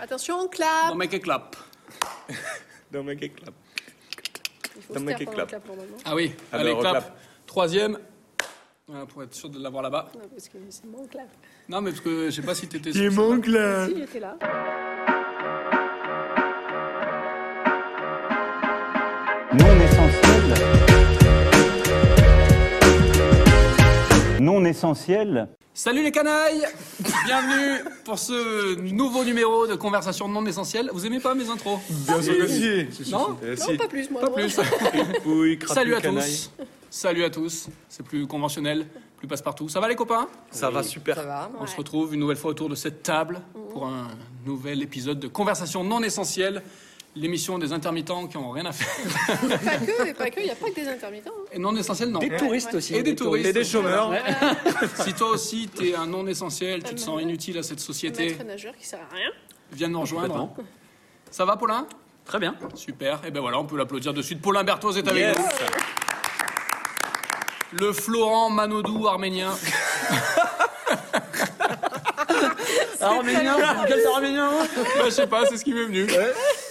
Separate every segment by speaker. Speaker 1: Attention, on clap.
Speaker 2: Don't make a clap.
Speaker 3: Don't make it clap.
Speaker 1: Il faut
Speaker 3: non,
Speaker 1: se
Speaker 3: mais
Speaker 1: taire
Speaker 3: qui
Speaker 1: pendant le
Speaker 3: clap.
Speaker 1: clap normalement.
Speaker 2: Ah oui,
Speaker 3: Alors,
Speaker 2: allez, clap.
Speaker 3: clap.
Speaker 2: Troisième. Voilà, pour être sûr de l'avoir là-bas.
Speaker 1: Non, hein, parce que c'est mon clap.
Speaker 2: Non, mais parce que je sais pas si t'étais
Speaker 3: Il
Speaker 2: sûr.
Speaker 3: manque
Speaker 2: Euh,
Speaker 3: là.
Speaker 1: Si, il était là.
Speaker 4: non essentiel. Non essentiel.
Speaker 2: Salut les canailles Bienvenue pour ce nouveau numéro de Conversation de Monde Essentiel. Vous aimez pas mes intros
Speaker 3: Bien sûr que si. Si, si,
Speaker 2: Non
Speaker 3: si. Eh,
Speaker 1: Non,
Speaker 3: si.
Speaker 1: pas plus, moi.
Speaker 2: Pas
Speaker 1: non.
Speaker 2: plus.
Speaker 3: Pouille, crapules,
Speaker 2: Salut à
Speaker 3: canailles.
Speaker 2: tous. Salut à tous. C'est plus conventionnel, plus passe-partout. Ça va les copains
Speaker 3: Ça va super.
Speaker 5: Ça va.
Speaker 2: On se retrouve une nouvelle fois autour de cette table pour un nouvel épisode de Conversation non essentielle, l'émission des intermittents qui ont rien à faire.
Speaker 1: Pas que, et pas que, il n'y a pas que des intermittents. hein.
Speaker 2: Et non essentiel, non.
Speaker 5: Des touristes aussi.
Speaker 2: Et des touristes.
Speaker 3: Et des chômeurs.
Speaker 2: Si toi aussi t'es un non essentiel, tu te sens inutile à cette
Speaker 1: Un
Speaker 2: société,
Speaker 1: maître nageur qui sert à rien.
Speaker 2: viens nous rejoindre. Ça va Paulin
Speaker 6: Très bien.
Speaker 2: Super. Et ben voilà, on peut l'applaudir de suite. Paulin Berthoz est avec nous. Le Florent Manodou arménien.
Speaker 6: Ah, Arménien, quel arménien hein
Speaker 2: Bah, je sais pas, c'est ce qui m'est venu.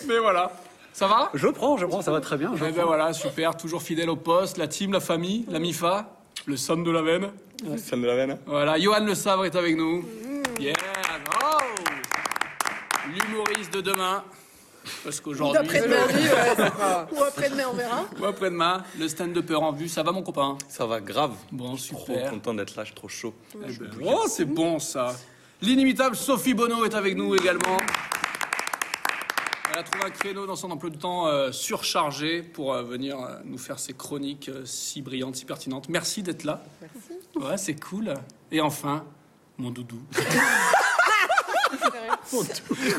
Speaker 2: Mais voilà. Ça va
Speaker 6: Je prends, je prends, ça va très bien. je
Speaker 2: Eh ben
Speaker 6: prends.
Speaker 2: voilà, super, toujours fidèle au poste, la team, la famille, la MIFA, le somme de la veine.
Speaker 3: Ça me de la veine. hein.
Speaker 2: Voilà, Johan Le Savre est avec nous. Yeah, bravo L'humoriste de demain, parce qu'aujourd'hui,
Speaker 1: D'après-demain,
Speaker 5: Oui, ouais, ça va.
Speaker 1: ou après-demain, on verra.
Speaker 2: ou après-demain, le stand de peur en vue, ça va mon copain
Speaker 3: Ça va grave.
Speaker 2: Bon,
Speaker 3: Trop
Speaker 2: super.
Speaker 3: content d'être là, je suis trop chaud.
Speaker 2: Eh ben, oh, c'est bon ça. L'inimitable Sophie Bonneau est avec nous également. Elle a trouvé un créneau dans son emploi du temps euh, surchargé pour euh, venir euh, nous faire ses chroniques euh, si brillantes, si pertinentes. Merci d'être là. Merci. Ouais, c'est cool. Et enfin, mon doudou.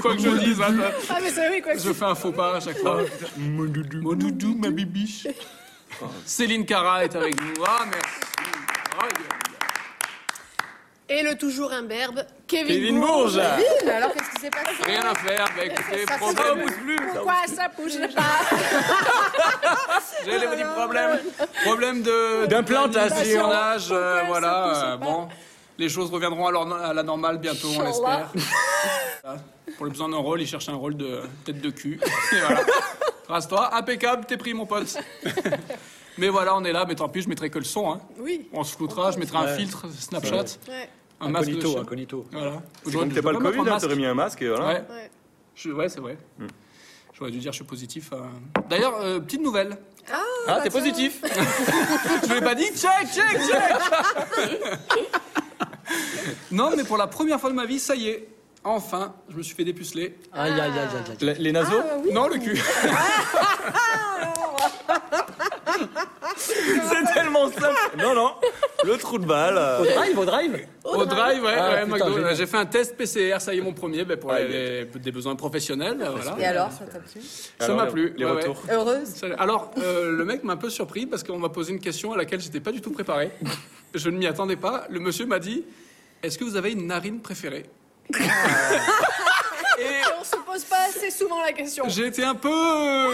Speaker 2: Quoi que je dise, hein, ça-
Speaker 1: Ah, mais ça, oui, quoi. que-
Speaker 2: je fais un faux pas à chaque fois. Mon doudou. Ah. ma bibiche. Céline Cara est avec nous. Ah, merci. Ah, il y a-
Speaker 1: Et le toujours imberbe, Kevin,
Speaker 2: Kevin
Speaker 1: Bourges.
Speaker 2: Bourges.
Speaker 5: Kevin, alors qu'est-ce qui s'est passé
Speaker 2: Rien à faire, bah écoutez,
Speaker 1: Ça, ça
Speaker 2: problème,
Speaker 1: bouge Pourquoi ça bouge pas
Speaker 2: j'ai des petits problèmes, problème de
Speaker 1: D'implantation.
Speaker 2: d'âge,
Speaker 1: Pourquoi ça pousse
Speaker 2: voilà, euh,
Speaker 1: pas
Speaker 2: bon, les choses reviendront à, leur- à la normale bientôt, on
Speaker 1: Inch'Allah.
Speaker 2: l'espère. Voilà. Pour le besoin d'un rôle, il cherche un rôle de tête de cul, et voilà. Rase-toi, impeccable, t'es pris mon pote. Mais voilà, on est là, mais tant pis, je mettrai que le son, hein.
Speaker 1: Oui.
Speaker 2: on se foutra, je mettrai un filtre Snapchat,
Speaker 1: Ouais,
Speaker 2: un masque de
Speaker 6: Incognito,
Speaker 2: chien.
Speaker 6: incognito.
Speaker 2: Voilà.
Speaker 3: C'est comme t'es pas le
Speaker 2: Je peux
Speaker 3: Covid,
Speaker 2: mettre un
Speaker 3: hein, t'aurais
Speaker 2: masque.
Speaker 3: mis un masque et voilà.
Speaker 2: Ouais.
Speaker 1: ouais.
Speaker 2: Je- ouais, c'est vrai.
Speaker 3: Mm.
Speaker 2: J'aurais dû dire je suis positif. euh. D'ailleurs, euh, petite nouvelle.
Speaker 3: Ah, t'es positif
Speaker 2: Je ne l'ai pas dit check, check, check Non, mais pour la première fois de ma vie, ça y est. Enfin, je me suis fait dépuceler.
Speaker 6: Aïe, aïe, aïe, aïe, aïe.
Speaker 3: Les les naseaux
Speaker 2: Non, le cul.
Speaker 3: C'est tellement simple. Non, non. Le trou de balle.
Speaker 6: Au
Speaker 3: euh,
Speaker 6: drive, au drive
Speaker 2: Au drive, ouais,
Speaker 6: Ah,
Speaker 2: ouais,
Speaker 6: putain,
Speaker 2: McDo.
Speaker 6: génial.
Speaker 2: J'ai fait un test PCR, ça y est, mon premier, ben, pour
Speaker 3: Ah,
Speaker 2: les- des besoins professionnels. euh, voilà.
Speaker 5: Et alors, ça t'a plu
Speaker 2: Ça
Speaker 3: alors,
Speaker 2: m'a
Speaker 3: les-
Speaker 2: plu.
Speaker 3: Les
Speaker 2: ouais, ouais.
Speaker 3: retours.
Speaker 5: Heureuse
Speaker 2: Ça- Alors, euh, le mec m'a un peu surpris parce qu'on m'a posé une question à laquelle j'étais pas du tout préparé. Je ne m'y attendais pas. Le monsieur m'a dit Est-ce que vous avez une narine préférée
Speaker 1: Et on se pose pas assez souvent la question.
Speaker 2: J'ai été un peu. euh,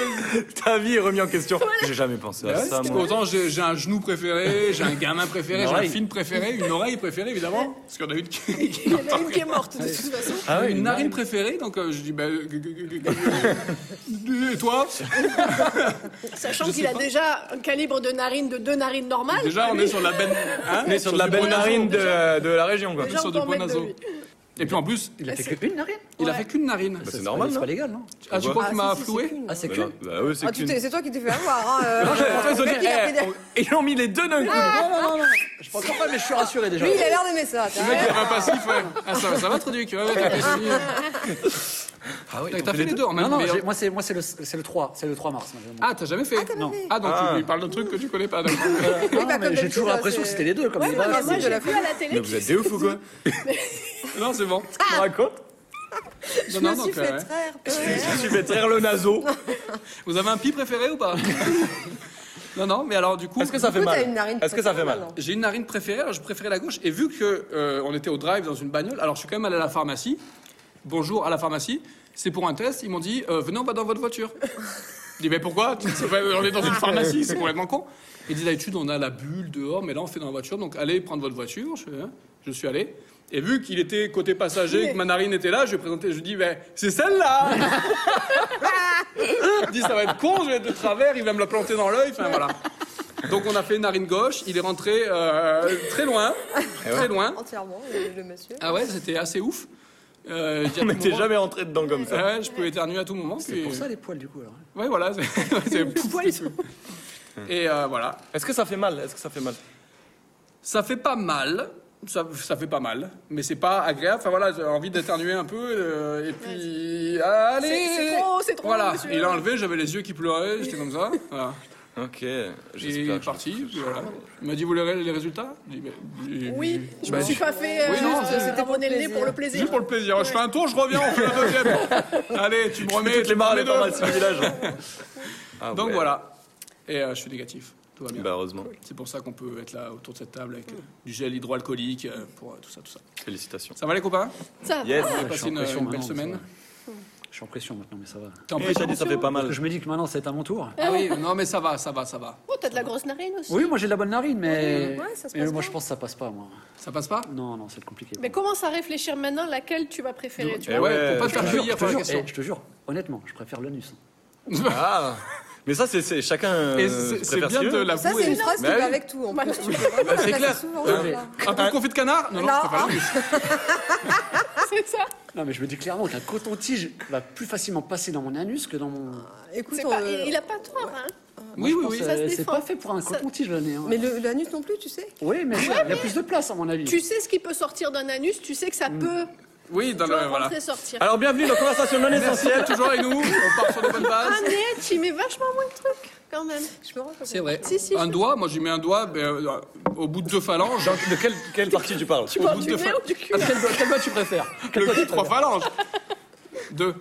Speaker 3: Ta vie est remise en question. J'ai jamais pensé à ça,
Speaker 2: parce
Speaker 3: moi.
Speaker 2: qu'autant j'ai j'ai un genou préféré, j'ai un gamin préféré,
Speaker 6: Une
Speaker 2: j'ai un
Speaker 6: oreille.
Speaker 2: film préféré, une oreille préférée évidemment. Parce qu'on a une qui. qui-
Speaker 1: Il y en a une qui est morte, de toute façon.
Speaker 6: Ah
Speaker 2: une narine préférée, donc euh, je dis bah, euh, Et toi Ah,
Speaker 1: Sachant qu'il a déjà un calibre de narine de deux narines normales.
Speaker 2: Déjà on est sur la benne. hein,
Speaker 3: On est sur de la
Speaker 2: du
Speaker 3: belle
Speaker 2: bon
Speaker 3: narine
Speaker 2: naso.
Speaker 3: de de la région, quoi.
Speaker 1: Déjà,
Speaker 2: sur
Speaker 1: on
Speaker 2: du
Speaker 1: peut en
Speaker 2: bon
Speaker 1: mettre de
Speaker 2: naso.
Speaker 1: lui.
Speaker 2: Et puis en plus,
Speaker 6: Il a fait que une narine
Speaker 2: il a
Speaker 1: Ouais.
Speaker 2: fait qu'une narine.
Speaker 3: c'est normal,
Speaker 6: C'est
Speaker 3: non
Speaker 6: pas légal, non
Speaker 2: Ah, tu
Speaker 3: Ouais.
Speaker 2: crois qu'il m'a
Speaker 5: si, si, c'est
Speaker 2: floué
Speaker 5: qu'une.
Speaker 6: Ah, c'est
Speaker 3: Bah
Speaker 6: que.
Speaker 3: non, Bah oui, c'est
Speaker 5: Ah, tu
Speaker 3: qu'une.
Speaker 5: t'es- c'est toi qui t'es fait avoir. Hein, euh,
Speaker 3: Ils ont dit,
Speaker 5: le mec, il a
Speaker 3: eh,
Speaker 5: fait des-
Speaker 3: on- Ils l'ont mis les deux d'un coup.
Speaker 6: Non, non, non, non. Je pense pas, mais je suis rassuré déjà.
Speaker 5: Lui, il a l'air d'aimer ça. t'as
Speaker 2: Le mec,
Speaker 5: raison.
Speaker 2: il avait un passif, ouais. Ah, ça, va- ça va, Truduc Ouais, ouais, t'as fait ci. T'as- T'as fait les deux en même
Speaker 6: Non, non,
Speaker 2: mais-
Speaker 6: j'ai- moi, c'est moi, c'est le, c'est le 3, c'est le 3 mars. moi,
Speaker 5: Eh ben,
Speaker 6: j'ai-
Speaker 2: Ah, t'as jamais fait
Speaker 5: t'as pas
Speaker 2: Non.
Speaker 5: fait.
Speaker 2: Ah, donc
Speaker 3: Ah.
Speaker 2: tu lui parles d'un truc que tu connais pas. d'accord.
Speaker 6: Ah,
Speaker 5: bah,
Speaker 6: mais
Speaker 5: comme
Speaker 6: j'ai toujours
Speaker 5: d'habitude,
Speaker 6: l'impression que
Speaker 5: c'est-
Speaker 6: c'était les deux, comme
Speaker 5: Ouais,
Speaker 6: il
Speaker 5: non,
Speaker 6: va.
Speaker 5: mais moi,
Speaker 1: J'ai
Speaker 5: j'ai
Speaker 1: vu à la télé.
Speaker 3: Mais vous êtes des ouf ou quoi
Speaker 2: non, c'est bon.
Speaker 3: Tu me racontes
Speaker 2: Non,
Speaker 5: Je
Speaker 2: non,
Speaker 5: me suis
Speaker 2: donc,
Speaker 5: fait
Speaker 2: ouais.
Speaker 5: traire. Ah.
Speaker 3: Tu fais traire le naso.
Speaker 2: Vous avez un pi préféré ou pas Non, non, mais alors du coup.
Speaker 3: Est-ce que ça fait
Speaker 5: Pourquoi t'as
Speaker 3: mal
Speaker 5: une narine
Speaker 3: Est-ce que ça fait
Speaker 5: préférée,
Speaker 3: mal
Speaker 5: non
Speaker 2: J'ai une narine préférée, alors je préférais la gauche. Et vu que euh, on était au drive dans une bagnole, alors je suis quand même allé à la pharmacie. Bonjour à la pharmacie. C'est pour un test. Ils m'ont dit euh, venez, on va dans votre voiture. Je dis mais pourquoi C'est pas- On est dans une pharmacie, c'est complètement con. Ils disent d'habitude on a la bulle dehors, mais là on fait dans la voiture, donc allez prendre votre voiture. hein, Je, je suis allé. Et vu qu'il était côté passager, que ma narine était là, je lui ai présenté, je lui ai dit, ben, c'est celle-là Il dit, ça va être con, je vais être de travers, il va me la planter dans l'œil, enfin voilà. Donc on a fait narine gauche, il est rentré euh, très loin,
Speaker 6: Eh
Speaker 2: très loin.
Speaker 5: Entièrement, le, le monsieur.
Speaker 2: Ah ouais, c'était assez ouf. Euh, il y a
Speaker 3: On
Speaker 2: tout
Speaker 3: n'était
Speaker 2: moment-
Speaker 3: jamais rentré dedans comme ça.
Speaker 2: Ah ouais, je peux éternuer à tout moment.
Speaker 6: C'est
Speaker 2: puis-
Speaker 6: pour ça les poils du coup alors. hein.
Speaker 2: Ouais, voilà. c'est- c'est- Et euh, voilà.
Speaker 3: Est-ce que ça fait mal Est-ce que ça fait mal
Speaker 2: Ça fait pas mal. Ça, ça fait pas mal, mais c'est pas agréable. Enfin voilà, j'ai envie d'éternuer un peu, euh, et puis allez.
Speaker 1: C'est- c'est trop, c'est trop,
Speaker 2: Voilà.
Speaker 1: monsieur.
Speaker 2: Il a enlevé, j'avais les yeux qui pleuraient, j'étais comme ça. Voilà.
Speaker 3: Ok.
Speaker 2: Et il est parti. puis voilà. Il m'a dit vous voulez les résultats J'ai dit, Ben,
Speaker 1: Oui, je
Speaker 2: ben,
Speaker 1: me suis pas fait
Speaker 2: Oui, non,
Speaker 1: euh,
Speaker 5: c'était pour
Speaker 1: rabonner le nez
Speaker 5: plaisir.
Speaker 1: pour le plaisir.
Speaker 2: Juste pour le plaisir. Je fais un tour, je reviens, on fait la deuxième. allez, tu me remets.
Speaker 3: Toutes les
Speaker 2: tu me remets
Speaker 3: marées pas mal
Speaker 2: deux.
Speaker 3: ce village. hein. Ah
Speaker 2: Donc
Speaker 3: ouais.
Speaker 2: voilà. Et euh, je suis négatif. Tout va bien.
Speaker 3: Bah heureusement.
Speaker 2: C'est pour ça qu'on peut être là autour de cette table avec euh, du gel hydroalcoolique euh, pour euh, tout ça, tout ça.
Speaker 3: Félicitations.
Speaker 2: Ça va les copains
Speaker 1: Ça,
Speaker 3: Yes.
Speaker 2: Vous avez
Speaker 6: Je
Speaker 2: passé
Speaker 6: suis en
Speaker 2: une,
Speaker 6: pression
Speaker 2: une belle
Speaker 6: maintenant, mais ça
Speaker 2: semaine
Speaker 6: va. Je suis en pression maintenant, mais ça va.
Speaker 2: T'es en
Speaker 3: Et t'as
Speaker 2: pression
Speaker 3: dit ça fait pas
Speaker 6: Parce que
Speaker 3: mal.
Speaker 6: je me dis que maintenant c'est à mon tour.
Speaker 2: Ah oui, non mais ça va, ça va, ça va.
Speaker 1: oh, t'as de la grosse narine aussi.
Speaker 6: Oui, moi j'ai de la bonne narine, mais,
Speaker 5: Ouais, ça se
Speaker 6: mais
Speaker 5: passe
Speaker 6: moi
Speaker 5: pas.
Speaker 6: je pense que ça passe pas, moi.
Speaker 2: Ça passe pas
Speaker 6: Non, non, c'est compliqué.
Speaker 1: Mais commence à réfléchir maintenant laquelle tu vas préférer. Tu
Speaker 3: Eh
Speaker 2: Ah Ouais,
Speaker 1: vois.
Speaker 3: ouais,
Speaker 2: pour pas te
Speaker 6: je, te jure,
Speaker 2: faire
Speaker 6: je,
Speaker 2: cueillir
Speaker 6: te
Speaker 2: par la
Speaker 6: jure,
Speaker 2: question.
Speaker 6: eh, je te jure, honnêtement, je préfère l'anus. hein.
Speaker 3: Ah Mais ça, c'est- c'est chacun. euh,
Speaker 2: Et c'est c'est bien
Speaker 3: préfère ce qu'il
Speaker 2: de
Speaker 3: veut.
Speaker 5: Ça, c'est
Speaker 2: l'avouer.
Speaker 5: une phrase qui
Speaker 3: Bah oui.
Speaker 5: va avec tout. En
Speaker 1: Bah,
Speaker 5: plus,
Speaker 1: tu-
Speaker 5: tu peux vraiment
Speaker 3: c'est
Speaker 5: faire
Speaker 3: clair.
Speaker 5: ça souvent,
Speaker 6: Ouais.
Speaker 5: ça.
Speaker 2: Un peu de confit de canard Non, non,
Speaker 5: Non.
Speaker 2: c'est pas mal.
Speaker 1: C'est ça.
Speaker 6: Non, mais je me dis clairement qu'un coton-tige va plus facilement passer dans mon anus que dans mon.
Speaker 5: Écoute,
Speaker 1: C'est pas-
Speaker 5: euh,
Speaker 1: il a pas tort. Hein.
Speaker 2: Oui, oui,
Speaker 6: Moi,
Speaker 2: oui.
Speaker 6: je pense,
Speaker 1: ça se
Speaker 6: euh, C'est
Speaker 1: défend.
Speaker 6: pas fait pour un
Speaker 1: Ça-
Speaker 6: coton-tige, le nez. hein.
Speaker 5: mais le- l'anus non plus, tu sais.
Speaker 6: Oui, mais il y a plus de place, à mon avis.
Speaker 1: Tu sais ce qui peut sortir d'un anus, tu sais que ça peut
Speaker 2: Oui, dans
Speaker 1: tu
Speaker 2: le.
Speaker 1: vois,
Speaker 2: Voilà.
Speaker 1: rentrer sortir.
Speaker 3: Alors bienvenue dans Conversation non
Speaker 2: Merci
Speaker 3: essentielle.
Speaker 2: d'être toujours avec nous. On part sur de bonnes
Speaker 1: Un
Speaker 2: bases.
Speaker 1: nez, Ah, tu mets vachement moins de trucs quand même.
Speaker 5: Je me rends compte.
Speaker 2: C'est vrai.
Speaker 1: Si, si,
Speaker 2: un
Speaker 1: je-
Speaker 2: doigt, moi j'y mets un doigt ben, euh, au bout de deux phalanges. Ah,
Speaker 3: Donc, de quelle, quelle partie tu parles
Speaker 1: Tu parles
Speaker 2: bout
Speaker 1: du
Speaker 2: de
Speaker 1: nez
Speaker 2: fa-
Speaker 1: ou du cul
Speaker 6: Quel doigt, quel doigt tu préfères
Speaker 2: Le cul, trois phalanges. Deux.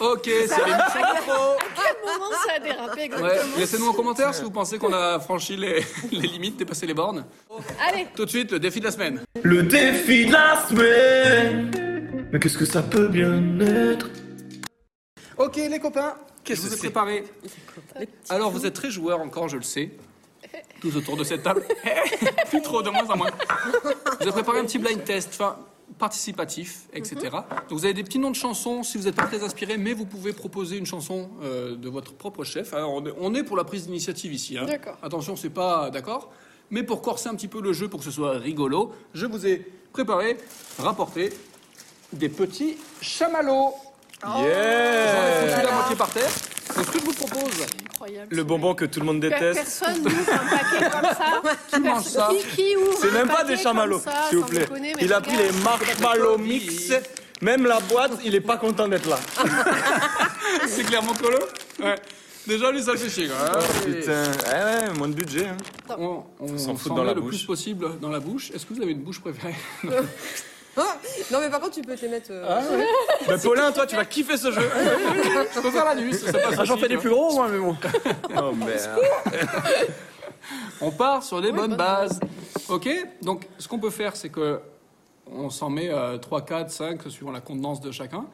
Speaker 2: Ok, c'est l'émission pro.
Speaker 1: quel moment ça a dérapé exactement
Speaker 2: Ouais, Laissez-nous en commentaire si vous pensez qu'on a franchi les, les limites, dépassé les bornes.
Speaker 1: Allez,
Speaker 2: Tout de suite, le défi de la semaine.
Speaker 7: Le défi de la semaine Mais qu'est-ce que ça peut bien être
Speaker 2: Ok, les copains, qu'est-ce que vous ai
Speaker 3: c'est
Speaker 2: préparé Alors, vous êtes très joueurs encore, je le sais. Tous autour de cette table. Eh, Plus trop, de moins en moins. Vous avez préparé un petit blind test, enfin, participatif, etc. Donc, vous avez des petits noms de chansons si vous n'êtes pas très inspiré, mais vous pouvez proposer une chanson euh, de votre propre chef. Alors, on est- on est pour la prise d'initiative ici. hein.
Speaker 1: D'accord.
Speaker 2: Attention, c'est pas d'accord. Mais pour corser un petit peu le jeu, pour que ce soit rigolo, je vous ai préparé, rapporté des petits chamallows.
Speaker 6: Euh,
Speaker 2: Tout
Speaker 3: Yeah
Speaker 2: à moitié par terre. Donc, ce que je vous propose,
Speaker 1: incroyable.
Speaker 3: Le bonbon que tout le monde
Speaker 1: Per-
Speaker 3: déteste.
Speaker 1: Personne n'ouvre un paquet comme ça. Qui
Speaker 2: mange ça
Speaker 1: Qui, qui ouvre
Speaker 3: C'est
Speaker 1: un
Speaker 3: même pas
Speaker 1: paquet
Speaker 3: des chamallows,
Speaker 1: comme ça,
Speaker 3: s'il vous
Speaker 1: sans
Speaker 3: plaît.
Speaker 1: déconner, mais
Speaker 3: Il a pris
Speaker 1: regarde.
Speaker 3: les marshmallows mix. Même la boîte, il est pas content d'être là.
Speaker 2: c'est clairement colo. Ouais. Déjà, lui, ça le fait chier. quoi.
Speaker 3: Ah, Oh, Putain, eh ouais, moins de budget. Hein.
Speaker 2: On, on
Speaker 3: s'en fout
Speaker 2: s'en
Speaker 3: dans
Speaker 2: met
Speaker 3: la
Speaker 2: le
Speaker 3: bouche.
Speaker 2: plus possible dans la bouche. Est-ce que vous avez une bouche préférée
Speaker 5: Ah, non, mais par contre, tu peux te les mettre. euh,
Speaker 3: Mais Paulin, toi, tu vas kiffer ce jeu.
Speaker 2: Je peux faire la nuit, ça, ça passe
Speaker 6: Ah, J'en
Speaker 2: aussi,
Speaker 6: fais des
Speaker 2: tu
Speaker 6: plus gros, moi, mais bon.
Speaker 3: Oh merde.
Speaker 2: vois. On part sur des bonnes bases. Ok Donc, ce qu'on peut faire, c'est que on s'en met euh, 3, 4, 5, suivant la contenance de chacun.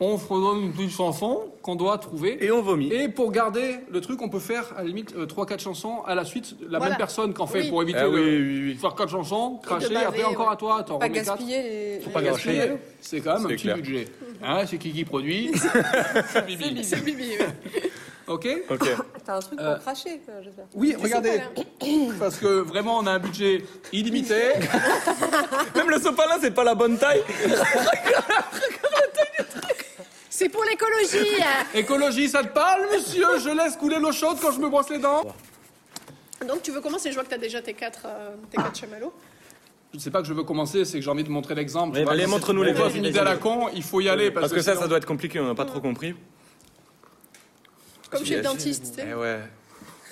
Speaker 2: On fredonne une petite chanson qu'on doit trouver.
Speaker 3: Et on vomit.
Speaker 2: Et pour garder le truc, on peut faire à la limite 3-4 chansons à la suite, la
Speaker 1: Voilà.
Speaker 2: même personne qu'en fait
Speaker 1: Oui.
Speaker 2: pour éviter
Speaker 3: Ah
Speaker 2: de
Speaker 3: oui, oui, oui.
Speaker 2: faire 4 chansons, cracher,
Speaker 1: baver,
Speaker 2: après encore
Speaker 1: ouais.
Speaker 2: à toi, t'en
Speaker 5: Pas
Speaker 2: remets 4.
Speaker 5: gaspiller les.
Speaker 2: Pas
Speaker 5: les-
Speaker 2: gâcher, c'est quand même un
Speaker 3: C'est
Speaker 2: petit
Speaker 3: clair.
Speaker 2: budget. Hein, c'est qui qui produit C'est Bibi.
Speaker 1: C'est Bibi, ouais.
Speaker 2: Ok
Speaker 3: Ok.
Speaker 5: T'as un truc pour cracher, quoi, j'espère.
Speaker 2: Oui,
Speaker 1: regardez.
Speaker 2: regardez, hein. parce que vraiment on a un budget illimité.
Speaker 3: Même le sopalin, c'est pas la bonne taille.
Speaker 1: C'est pour l'écologie.
Speaker 2: Écologie, ça te parle, monsieur Je laisse couler l'eau chaude quand je me brosse les dents.
Speaker 1: Donc tu veux commencer Je vois que t'as déjà tes quatre, euh, tes quatre chamallows.
Speaker 2: Je sais pas que je veux commencer, c'est que j'ai envie de montrer l'exemple.
Speaker 3: Oui,
Speaker 2: tu vois.
Speaker 3: allez, montre-nous
Speaker 2: Des
Speaker 3: les
Speaker 2: fois,
Speaker 3: vas-y,
Speaker 2: une
Speaker 3: vas-y,
Speaker 2: idée à la
Speaker 3: vas-y.
Speaker 2: con, il faut y aller parce,
Speaker 3: Parce que ça,
Speaker 2: sinon-
Speaker 3: ça doit être compliqué, on n'a pas trop compris.
Speaker 1: Comme chez le
Speaker 3: Ah. Yes.
Speaker 1: dentiste. tu sais.
Speaker 3: Eh ouais.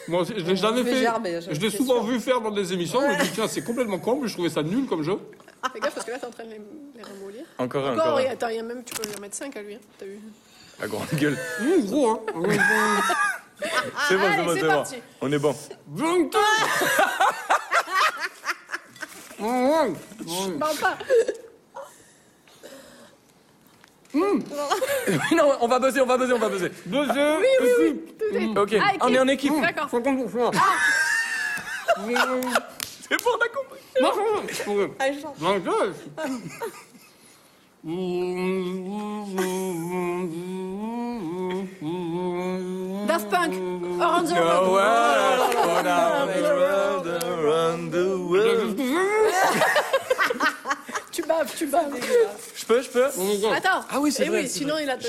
Speaker 2: Moi, je l'ai jamais
Speaker 5: fait
Speaker 2: fait.
Speaker 5: gerber, j'avais
Speaker 2: je l'ai
Speaker 5: fait
Speaker 2: souvent vu faire dans des émissions. Je me dis, tiens, c'est complètement con, mais je trouvais ça nul comme jeu.
Speaker 1: Fais gaffe parce que là t'es en train de les, les remoulir.
Speaker 3: Ah. Encore un,
Speaker 1: Encore,
Speaker 3: encore
Speaker 1: et
Speaker 3: un.
Speaker 1: attends, il y a même, tu peux lui en mettre 5 à lui. hein, T'as vu
Speaker 3: La grande gueule.
Speaker 2: Mmh, gros, hein.
Speaker 3: C'est bon,
Speaker 1: allez,
Speaker 3: Ah, c'est bon,
Speaker 1: c'est
Speaker 3: c'est bon.
Speaker 1: parti.
Speaker 3: On est bon.
Speaker 2: Mmh, mmh. Mmh.
Speaker 1: Bah, pas.
Speaker 3: Hmm. non, on va buzzer, on va buzzer, on va buzzer. Ah,
Speaker 2: Deux œufs.
Speaker 3: Ok, Hmm.
Speaker 1: Ah, équipe.
Speaker 3: on est en équipe.
Speaker 1: D'accord.
Speaker 3: C'est bon, on a compris.
Speaker 2: Bonjour. Bonjour.
Speaker 5: Ah, je chante.
Speaker 2: Bonjour.
Speaker 1: Daft Punk,
Speaker 3: Mmh. Oh,
Speaker 1: Orange
Speaker 3: Ah
Speaker 2: The
Speaker 1: Road.
Speaker 2: world would have-
Speaker 1: Tu baves, tu baves.
Speaker 3: Je peux, je peux
Speaker 1: Attends.
Speaker 3: Ah oui, c'est
Speaker 1: Eh
Speaker 3: vrai,
Speaker 1: oui,
Speaker 3: c'est
Speaker 1: sinon il a. te-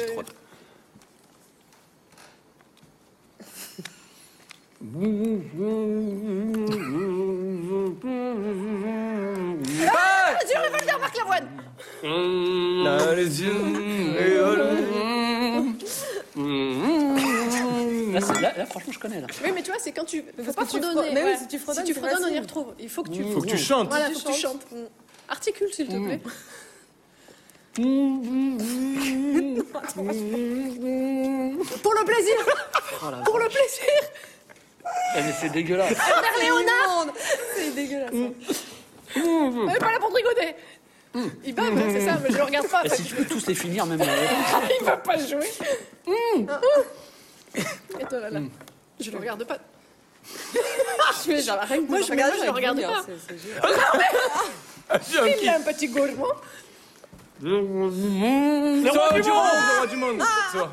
Speaker 1: Ah, Dieu, revolver, Marc Lavoine.
Speaker 3: Là, les yeux. et oh voilà.
Speaker 6: Là, c'est- là- là, franchement, je connais. Là.
Speaker 1: Oui, mais tu vois, c'est quand tu. Faut
Speaker 5: parce
Speaker 1: pas
Speaker 5: que tu
Speaker 1: fredonner.
Speaker 5: fre- mais oui,
Speaker 1: ouais.
Speaker 5: si tu fredonnes,
Speaker 1: si tu
Speaker 5: c'est
Speaker 1: fredonnes, on y
Speaker 5: facile.
Speaker 1: retrouve. Il faut que tu.
Speaker 3: Faut que tu chantes.
Speaker 1: Voilà, faut que tu chantes. Articule, s'il te plaît. Pour le plaisir
Speaker 5: Oh,
Speaker 1: Pour le plaisir
Speaker 6: Eh, mais c'est dégueulasse.
Speaker 5: C'est immonde. C'est dégueulasse. hein.
Speaker 1: On est pas là pour tricoter Il bat, mais c'est ça, mais je le regarde pas. en
Speaker 6: Et
Speaker 1: fait.
Speaker 6: si tu peux tous les finir, même. euh,
Speaker 1: Il va pas jouer Et toi, là, là. Je le regarde pas.
Speaker 5: Je fais genre, rien que
Speaker 1: Moi,
Speaker 5: de
Speaker 1: je
Speaker 5: regarder,
Speaker 1: regarde, je regarde
Speaker 5: j'ai envie,
Speaker 1: pas.
Speaker 5: hein, c'est- c'est génial.
Speaker 1: Il a un petit gourmand.
Speaker 3: Le roi du monde Le roi du monde C'est vrai.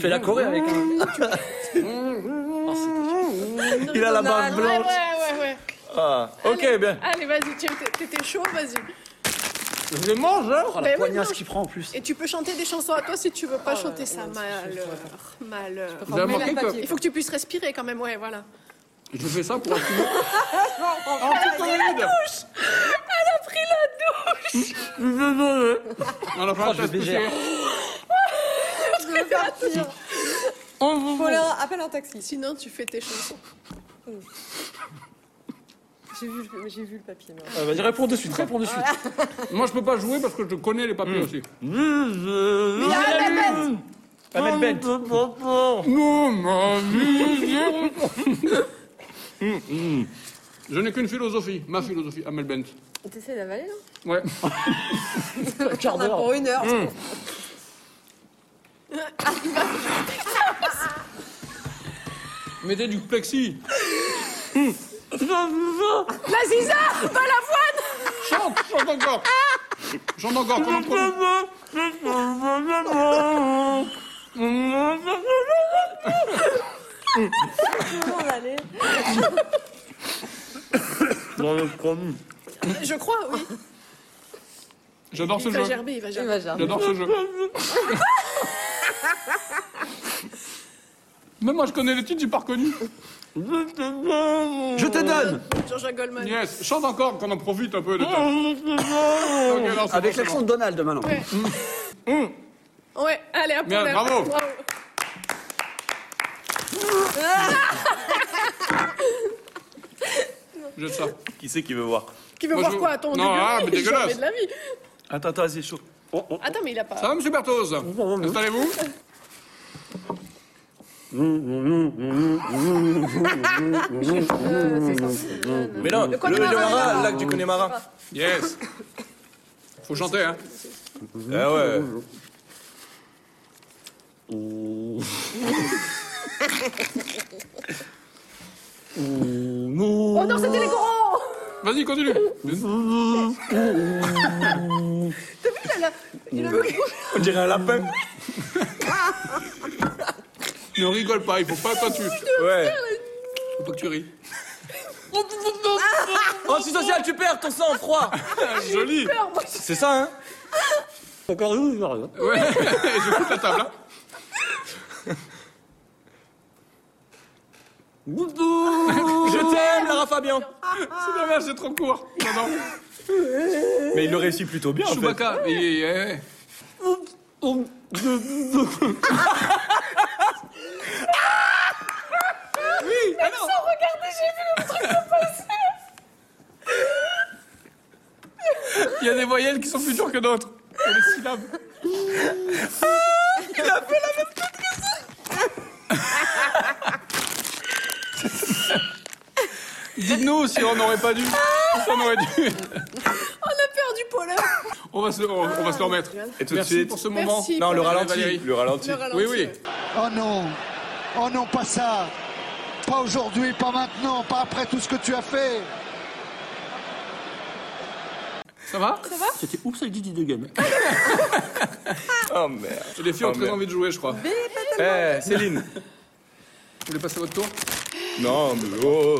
Speaker 6: Fais la Corée avec. hein.
Speaker 3: Il a la barbe
Speaker 5: Ouais,
Speaker 1: Ouais, ouais,
Speaker 3: blanche.
Speaker 1: ouais, ouais.
Speaker 3: Ah, Ok, bien.
Speaker 1: Allez, vas-y, tiens, t'es- t'étais chaud, vas-y.
Speaker 3: Je mange, hein
Speaker 6: Oh,
Speaker 1: Mais
Speaker 6: la
Speaker 1: oui,
Speaker 6: poignasse
Speaker 1: non.
Speaker 6: qu'il prend en plus.
Speaker 1: Et tu peux chanter des chansons à toi si tu veux pas
Speaker 2: Oh,
Speaker 1: chanter ça. Malheur, malheur.
Speaker 2: Vous avez
Speaker 5: Mais
Speaker 2: remarqué
Speaker 5: la
Speaker 2: que
Speaker 5: papier.
Speaker 1: Il faut que tu puisses respirer quand même, ouais, voilà.
Speaker 2: je fais ça pour activer. Ah, On a pas
Speaker 6: Oh, je vais gérer.
Speaker 5: Je veux faire pire. Faut leur- appelle un taxi.
Speaker 1: Sinon, tu fais tes chansons.
Speaker 5: J'ai vu, le- j'ai vu le papier. moi.
Speaker 6: Euh, Vas-y, réponds de suite, réponds de suite.
Speaker 2: Moi, je peux pas jouer parce que je connais les
Speaker 6: Hmm.
Speaker 2: papiers aussi.
Speaker 3: Ahmed Bent.
Speaker 6: Oh.
Speaker 2: Non, ma
Speaker 6: Hmm,
Speaker 2: vie. Mm. Je n'ai qu'une philosophie, ma philosophie, Amel Bent.
Speaker 5: T'essaies d'avaler là
Speaker 2: Ouais.
Speaker 6: Un quart
Speaker 5: On a
Speaker 6: d'heure.
Speaker 5: pour une heure.
Speaker 2: Mettez du plexi.
Speaker 6: Hmm.
Speaker 1: La Ziza Pas la Ah.
Speaker 2: Chante, chante encore. Chante encore, comme un pro.
Speaker 5: Comment on va aller
Speaker 1: voix Je crois, oui.
Speaker 2: J'adore ce
Speaker 1: Il va
Speaker 2: jeu.
Speaker 1: gerber, il va gerber.
Speaker 2: J'adore ce jeu. Même moi, je connais les titres, j'ai pas reconnu.
Speaker 3: Je te donne
Speaker 1: Jean-Jacques Goldman.
Speaker 2: Yes, chante encore qu'on en profite un peu. De Ok, non, c'est
Speaker 6: Avec
Speaker 2: bon, c'est
Speaker 6: l'accent
Speaker 2: bon.
Speaker 6: de Donald maintenant.
Speaker 1: Ouais, allez, à
Speaker 2: Bien, bravo. Jette ça.
Speaker 3: Qui c'est qui veut voir
Speaker 1: Qui veut
Speaker 2: Moi,
Speaker 1: voir
Speaker 2: je-
Speaker 1: quoi Attends, on
Speaker 2: Non,
Speaker 1: est
Speaker 2: ah,
Speaker 1: gueulés,
Speaker 2: mais dégueulasse.
Speaker 1: jamais de la vie.
Speaker 3: Attends, attends, vas-y, chaud.
Speaker 1: Attends, mais il a pas...
Speaker 2: Ça va, monsieur Berthoz Installez-vous.
Speaker 3: Mais non, le
Speaker 1: Connemara,
Speaker 3: Connemara,
Speaker 1: le
Speaker 3: le lac du Connemara.
Speaker 2: Yes. Faut chanter, hein.
Speaker 3: Ah ouais.
Speaker 1: Oh non, c'était les corons
Speaker 2: Vas-y, continue.
Speaker 1: Il a le
Speaker 3: On dirait un lapin.
Speaker 2: Ne rigole pas, il faut pas, toi, tu...
Speaker 3: Ouais.
Speaker 2: faut pas que tu ris.
Speaker 3: Antisocial, tu perds ton sang froid.
Speaker 2: Joli.
Speaker 3: Ah, C'est ça, hein Encore où
Speaker 2: Ouais, je coupe la table, hein.
Speaker 3: Je t'aime, Lara Fabian.
Speaker 2: C'est dommage, c'est trop court. Non, non.
Speaker 3: Mais il le réussit plutôt bien, en fait.
Speaker 2: Chewbacca. eh, eh, eh. Il y a des voyelles qui sont plus dures que d'autres. Et les syllabes. Il a fait la même chose que ça Dites-nous si on n'aurait pas dû. Si on aurait dû.
Speaker 1: perdu Paulin
Speaker 2: On va se, on, on va se le remettre.
Speaker 3: Et tout de
Speaker 2: Merci
Speaker 3: suite.
Speaker 2: pour ce moment.
Speaker 1: Merci.
Speaker 3: Non, le
Speaker 2: Valérie.
Speaker 3: ralenti. Oh, Le ralenti.
Speaker 1: Le ralenti,
Speaker 2: Oui, oui.
Speaker 1: ouais.
Speaker 8: Oh non, oh non, pas ça. Pas aujourd'hui, pas maintenant, pas après tout ce que tu as fait.
Speaker 2: Ça va
Speaker 9: C'était Oups, ça dit Diddy Gun.
Speaker 3: Oh merde.
Speaker 2: Les filles ont
Speaker 3: Oh,
Speaker 2: très
Speaker 3: merde.
Speaker 2: envie de jouer, je crois. Vous
Speaker 3: Eh, Céline.
Speaker 2: voulez passer votre tour
Speaker 3: Non, mais oh.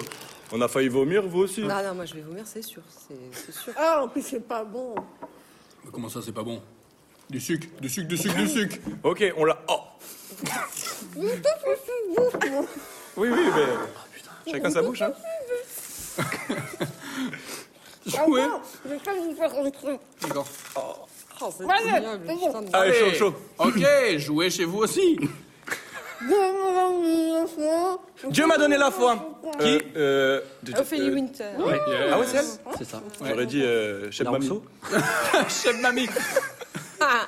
Speaker 3: On a failli vomir, vous aussi.
Speaker 5: Non, non, moi je vais vomir, c'est sûr. C'est c'est sûr.
Speaker 1: Ah, en plus, c'est pas bon.
Speaker 2: Mais Comment ça, c'est pas bon Du sucre, du sucre, du sucre, du sucre
Speaker 3: Ok, on l'a. Oh. Oui, oui, mais. Chacun sa bouche, hein.
Speaker 2: Jouez
Speaker 1: Ah,
Speaker 2: D'accord.
Speaker 5: Oh, c'est ignoble, putain de-
Speaker 3: Allez, chaud, chaud.
Speaker 2: Ok, jouez chez vous aussi
Speaker 3: Dieu m'a donné la foi. Qui euh, de- de-
Speaker 5: Ophélie
Speaker 3: euh,
Speaker 5: Winter.
Speaker 3: Ah ouais, c'est elle
Speaker 9: C'est ça.
Speaker 3: J'aurais dit euh, Chef Mami.
Speaker 9: L'arceau.
Speaker 2: Chef Mamie
Speaker 5: Ah,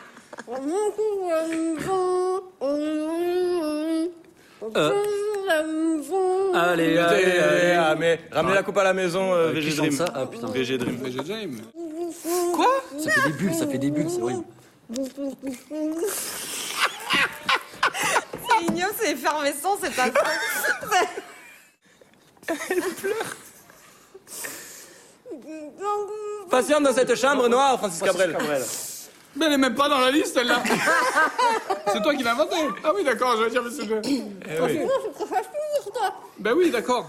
Speaker 1: Euh.
Speaker 9: Allez, allez, allez.
Speaker 3: Ah, mais ramenez la coupe à la maison, euh,
Speaker 9: Qui
Speaker 3: VG
Speaker 9: chante
Speaker 3: Dream.
Speaker 9: ça Ah putain.
Speaker 3: VG Dream.
Speaker 2: Mais j'ai James
Speaker 9: Ça fait des bulles, ça fait des bulles, c'est horrible.
Speaker 5: c'est ignoble, c'est effervescent, c'est pas
Speaker 3: Patiente dans cette chambre noire, Francis Cabrel.
Speaker 2: Mais elle est même pas dans la liste, celle-là C'est toi qui l'as inventée Ah oui, d'accord, je vais dire, mais c'est...
Speaker 3: Eh oui.
Speaker 2: Ben oui, d'accord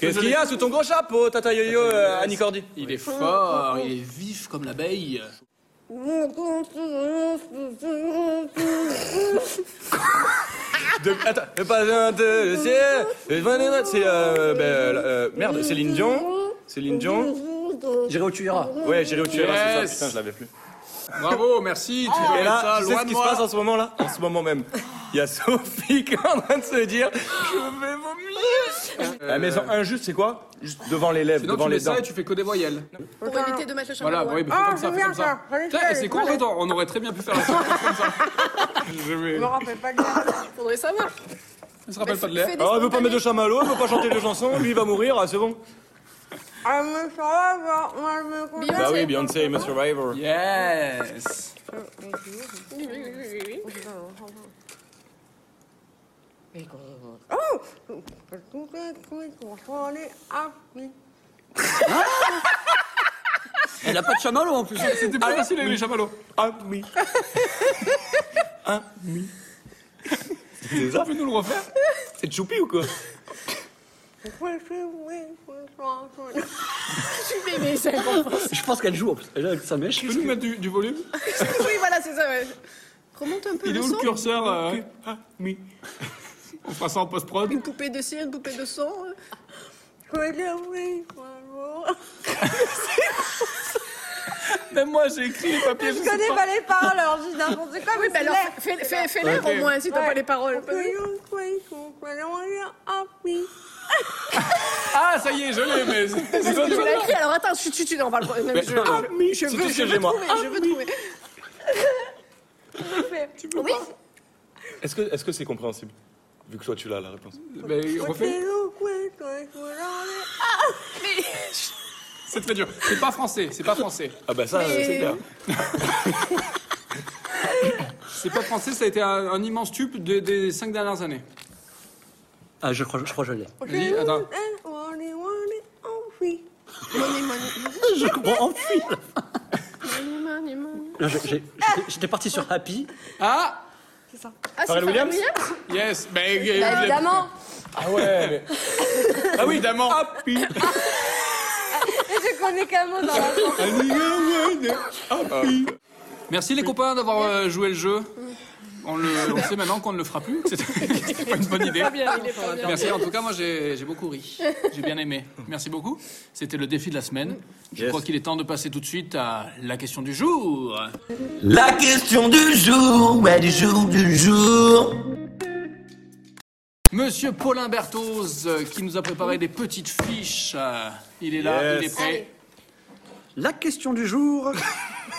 Speaker 3: Qu'est-ce qu'il y a sous ton gros chapeau, Tata Yo-Yo, euh, Annie Cordy
Speaker 2: Il est fort, il est vif comme l'abeille.
Speaker 3: De, attends, le pas de le ciel, le vent des notes, c'est euh, ben, euh, merde, Céline Dion, Céline Dion.
Speaker 9: J'irai où tu iras.
Speaker 3: Ouais, j'irai où tu iras, c'est
Speaker 2: Yes.
Speaker 3: ça. Putain, je l'avais plus.
Speaker 2: Bravo, merci, tu
Speaker 3: Ah. Et
Speaker 2: connais
Speaker 3: là,
Speaker 2: ça,
Speaker 3: tu sais
Speaker 2: loin
Speaker 3: ce
Speaker 2: de
Speaker 3: qui se passe
Speaker 2: moi.
Speaker 3: en ce moment là, en ce moment même. Il y a Sophie qui est en train de se dire, je vais vomir. La maison injuste, c'est quoi Juste devant les lèvres,
Speaker 2: Sinon,
Speaker 3: devant
Speaker 2: tu
Speaker 3: les
Speaker 2: mets
Speaker 3: dents.
Speaker 2: ça et tu fais que des voyelles.
Speaker 1: Pour éviter de mettre le
Speaker 2: Voilà,
Speaker 1: chapeau.
Speaker 2: oui, bah, fais comme ça, fais comme ça. Putain, et c'est con, attends, on aurait très bien pu faire la surprise comme ça. Je vais-
Speaker 1: Faudrait savoir.
Speaker 2: On se rappelle pas de l'air.
Speaker 1: Fais des
Speaker 3: Alors, elle Ah, veut pas
Speaker 1: spontanés.
Speaker 3: mettre de chamallow, elle veut pas chanter de chansons, lui il va mourir, ah, c'est bon.
Speaker 1: Beyoncé.
Speaker 3: Bah oui, Beyoncé, Mr. Survivor.
Speaker 2: Yes
Speaker 9: Elle a pas de chamallow en plus.
Speaker 2: C'était pas facile avec les chamallows.
Speaker 3: Ah oui. Ah,
Speaker 2: Tu peux nous le refaire
Speaker 3: C'est Choupi ou quoi
Speaker 1: Mais c'est bon.
Speaker 9: Je pense qu'elle joue en plus. Elle est avec sa mèche.
Speaker 2: Tu peux nous mettre du, du volume
Speaker 1: Oui, voilà, c'est ça. ouais. Remonte un peu
Speaker 2: Il est
Speaker 1: le
Speaker 2: où
Speaker 1: son.
Speaker 2: le curseur euh, ouais. On fera ça en post-prod.
Speaker 1: Une poupée de cire, une poupée de son.
Speaker 2: Même moi, j'ai écrit les papiers.
Speaker 5: Je connais pas les paroles, alors j'ai n'importe quoi,
Speaker 1: Oui,
Speaker 5: mais
Speaker 1: bah
Speaker 5: c'est
Speaker 1: alors,
Speaker 5: l'air.
Speaker 1: fais, fais, fais l'air
Speaker 2: Ok.
Speaker 1: au moins si t'as pas les paroles.
Speaker 2: Ah, ça y est, je l'ai, mais c'est c'est
Speaker 1: Je
Speaker 2: autre
Speaker 1: l'ai
Speaker 2: chose.
Speaker 1: écrit, alors attends, chut, chut, chut, on va le prendre. Je,
Speaker 2: Ami,
Speaker 1: je
Speaker 3: c'est
Speaker 1: veux,
Speaker 3: tout ce
Speaker 1: je
Speaker 3: que
Speaker 1: veux
Speaker 3: j'ai, moi.
Speaker 1: trouver, je veux trouver.
Speaker 3: Est-ce que est-ce que c'est compréhensible Vu que toi tu l'as la réponse.
Speaker 2: Mais refais. C'est très dur. C'est pas français, c'est pas français.
Speaker 3: Ah bah ça,
Speaker 1: Mais-
Speaker 3: c'est clair.
Speaker 2: C'est pas français, ça a été un, un immense tube de- des cinq dernières années.
Speaker 9: Ah, je crois, je crois que je l'ai.
Speaker 2: Vas-y, attends.
Speaker 1: oh
Speaker 9: Je comprends en fil. Non, je- j'ai- j'étais- J'étais parti sur Happy.
Speaker 1: Ah,
Speaker 2: Ah
Speaker 1: c'est
Speaker 3: Pharrell Williams
Speaker 2: Yes bah,
Speaker 5: Bah, évidemment.
Speaker 3: Ah ouais, mais...
Speaker 2: Ah oui, évidemment
Speaker 5: Et je connais qu'un mot Ah. dans la chanson.
Speaker 2: Ah, Merci les copains d'avoir euh, joué le jeu. On, le, on sait maintenant qu'on ne le fera plus, que c'était que c'était pas une bonne
Speaker 1: Ah,
Speaker 2: idée. Merci, en tout cas, moi j'ai j'ai beaucoup ri. J'ai bien aimé. Merci beaucoup. C'était le défi de la semaine. Je crois qu'il est temps de passer tout de suite à la question du jour.
Speaker 10: La question du jour, ouais, du jour, du jour.
Speaker 2: Monsieur Paulin Berthoz euh, qui nous a préparé des petites fiches. euh, Il est là,
Speaker 3: Yes.
Speaker 2: il est prêt.
Speaker 9: La question du jour.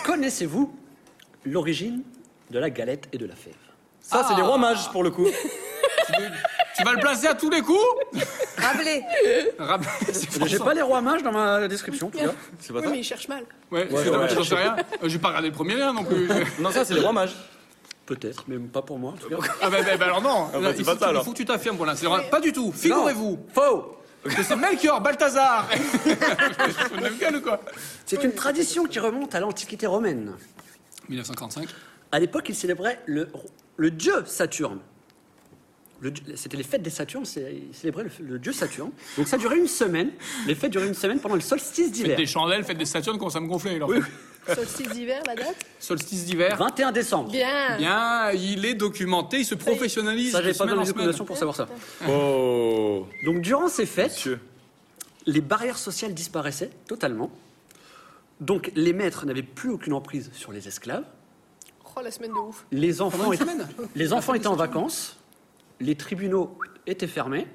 Speaker 9: Connaissez-vous l'origine de la galette et de la fève
Speaker 3: Ça, c'est les rois mages pour le coup.
Speaker 2: Tu vas le placer à tous les coups
Speaker 5: Rappelez.
Speaker 2: Rappel- c'est François.
Speaker 9: J'ai pas les rois mages dans ma description, tu vois.
Speaker 3: C'est pas
Speaker 1: Oui,
Speaker 3: ça
Speaker 1: mais il cherche mal.
Speaker 2: Ouais, c'est dommage, j'en sais rien. Euh, J'ai pas regardé le premier lien non plus.
Speaker 3: Non, ça, c'est les rois mages.
Speaker 9: Peut-être, mais pas pour moi en tout cas.
Speaker 2: Ah bah, bah, bah, alors non,
Speaker 3: bah, c'est
Speaker 2: il, faut
Speaker 3: pas ça,
Speaker 2: que, tu-
Speaker 3: alors.
Speaker 2: il faut que tu t'affirmes pour l'instant. Pas du tout, figurez-vous
Speaker 9: Faux
Speaker 2: que c'est Melchior Balthazar C'est le même gars ou quoi
Speaker 9: C'est une tradition qui remonte à l'Antiquité romaine.
Speaker 2: 1945
Speaker 9: À l'époque, ils célébraient le, le dieu Saturne. Le dieu- C'était les fêtes des Saturnes, c'est- ils célébraient le, le dieu Saturne. Donc ça durait une semaine. Les fêtes duraient une semaine pendant le solstice
Speaker 2: Faites
Speaker 9: d'hiver.
Speaker 2: des chandelles, faites des stations, commence à me gonfler. alors.
Speaker 1: Solstice d'hiver, la date
Speaker 2: Solstice d'hiver.
Speaker 9: 21 décembre.
Speaker 1: Bien.
Speaker 2: Bien, il est documenté, il se professionnalise.
Speaker 9: Ça,
Speaker 2: de
Speaker 9: j'avais pas
Speaker 2: semaine
Speaker 9: dans
Speaker 2: en
Speaker 9: les
Speaker 2: semaine.
Speaker 9: recommandations pour savoir ça.
Speaker 3: Oh,
Speaker 9: Donc durant ces fêtes,
Speaker 3: monsieur.
Speaker 9: les barrières sociales disparaissaient totalement. Donc les maîtres n'avaient plus aucune emprise sur les esclaves.
Speaker 1: Oh, la semaine de ouf.
Speaker 9: Les enfants, étaient, les enfants étaient en vacances. Les tribunaux étaient fermés.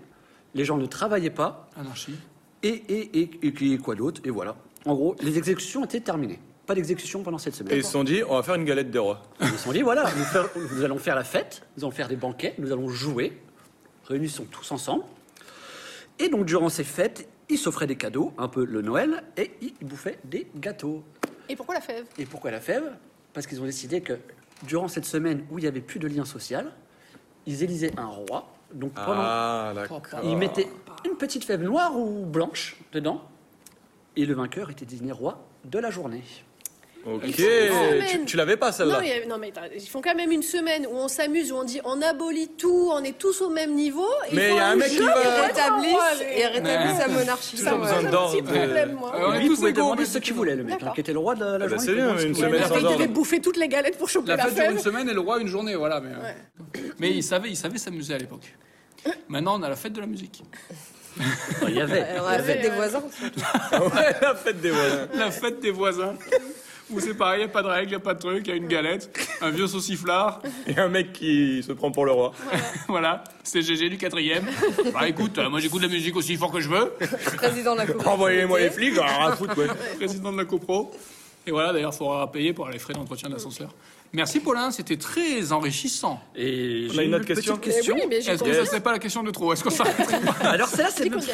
Speaker 9: Les gens ne travaillaient pas.
Speaker 2: Anarchie.
Speaker 9: Et, et, et, et- et quoi d'autre Et voilà. En gros, les exécutions étaient terminées. Pas d'exécution pendant cette
Speaker 3: Et
Speaker 9: semaine.
Speaker 3: ils se sont dit, on va faire une galette des rois.
Speaker 9: Ils se sont dit, voilà, nous, fer- nous allons faire la fête, nous allons faire des banquets, nous allons jouer. Réunissons tous ensemble. Et donc, durant ces fêtes, ils s'offraient des cadeaux, un peu le Noël, et ils bouffaient des gâteaux.
Speaker 1: Et pourquoi la fève
Speaker 9: Et pourquoi la fève Parce qu'ils ont décidé que durant cette semaine où il n'y avait plus de lien social, ils élisaient un roi. Donc pendant,
Speaker 3: Ah, d'accord.
Speaker 9: ils mettaient une petite fève noire ou blanche dedans, et le vainqueur était désigné roi de la journée.
Speaker 3: Ok.
Speaker 1: Ils font une
Speaker 3: Tu,
Speaker 1: semaine.
Speaker 3: tu l'avais pas,
Speaker 1: non
Speaker 3: celle-là
Speaker 1: mais, euh, non, mais attends, ils font quand même une semaine où on s'amuse, où on dit on abolit tout, on est tous au même niveau. et
Speaker 3: Mais
Speaker 1: ils font
Speaker 3: il y a un mec
Speaker 1: jeu
Speaker 3: qui
Speaker 1: de
Speaker 3: va-
Speaker 1: roi,
Speaker 5: Rétablissent
Speaker 1: allez.
Speaker 5: et rétablissent la monarchie.
Speaker 1: Ça
Speaker 3: Toujours
Speaker 1: me
Speaker 3: besoin
Speaker 1: pose un
Speaker 3: d'ordre,
Speaker 1: petit
Speaker 3: de-
Speaker 1: problème, moi.
Speaker 3: Ah
Speaker 2: Euh, On est
Speaker 9: Lui,
Speaker 2: tous
Speaker 9: pouvait
Speaker 2: égaux,
Speaker 9: demander
Speaker 2: mais
Speaker 9: ce qu'il
Speaker 2: c'est-
Speaker 9: voulait, le mec,
Speaker 1: D'accord.
Speaker 9: hein, qui était le roi de la, la
Speaker 3: bah,
Speaker 9: journée.
Speaker 3: c'est
Speaker 9: il
Speaker 3: bien,
Speaker 9: pouvait demander ce
Speaker 3: une
Speaker 9: qu'il voulait.
Speaker 1: Mais
Speaker 3: semaine
Speaker 1: après,
Speaker 3: sans
Speaker 1: ils devaient
Speaker 3: ordre.
Speaker 1: bouffer toutes les galettes pour choper
Speaker 2: La
Speaker 1: la,
Speaker 2: fête dure
Speaker 1: fève.
Speaker 2: une semaine et le roi une journée, voilà. Mais, euh, mais il savait, il savait s'amuser à l'époque. Maintenant, on a la fête de la musique.
Speaker 9: Enfin, Il y avait.
Speaker 5: Alors, la fête des voisins.
Speaker 3: Ouais, la fête des rois.
Speaker 2: La fête des voisins. Où c'est pareil, il a pas de règles, il a pas de truc, il y a une galette, un vieux sauciflard.
Speaker 3: Il y a un mec qui se prend pour le roi.
Speaker 2: Voilà, c'est GG du quatrième. Bah écoute, euh, moi j'écoute de la musique aussi fort que je veux.
Speaker 5: Président de la commune.
Speaker 3: Envoyez-moi les flics, j'en ai rien à foutre, ouais.
Speaker 2: président de la CoPro. Et voilà, d'ailleurs, il faudra payer pour les frais d'entretien de l'ascenseur. Merci, Paulin, c'était très enrichissant.
Speaker 9: Et
Speaker 3: On a
Speaker 9: j'ai
Speaker 3: une autre
Speaker 9: petite
Speaker 3: question
Speaker 1: Eh oui, mais j'ai
Speaker 2: Est-ce que ça, c'est pas la question de trop Est-ce qu'on s'arrêterait pas
Speaker 9: Alors, celle-là, c'est
Speaker 1: compris.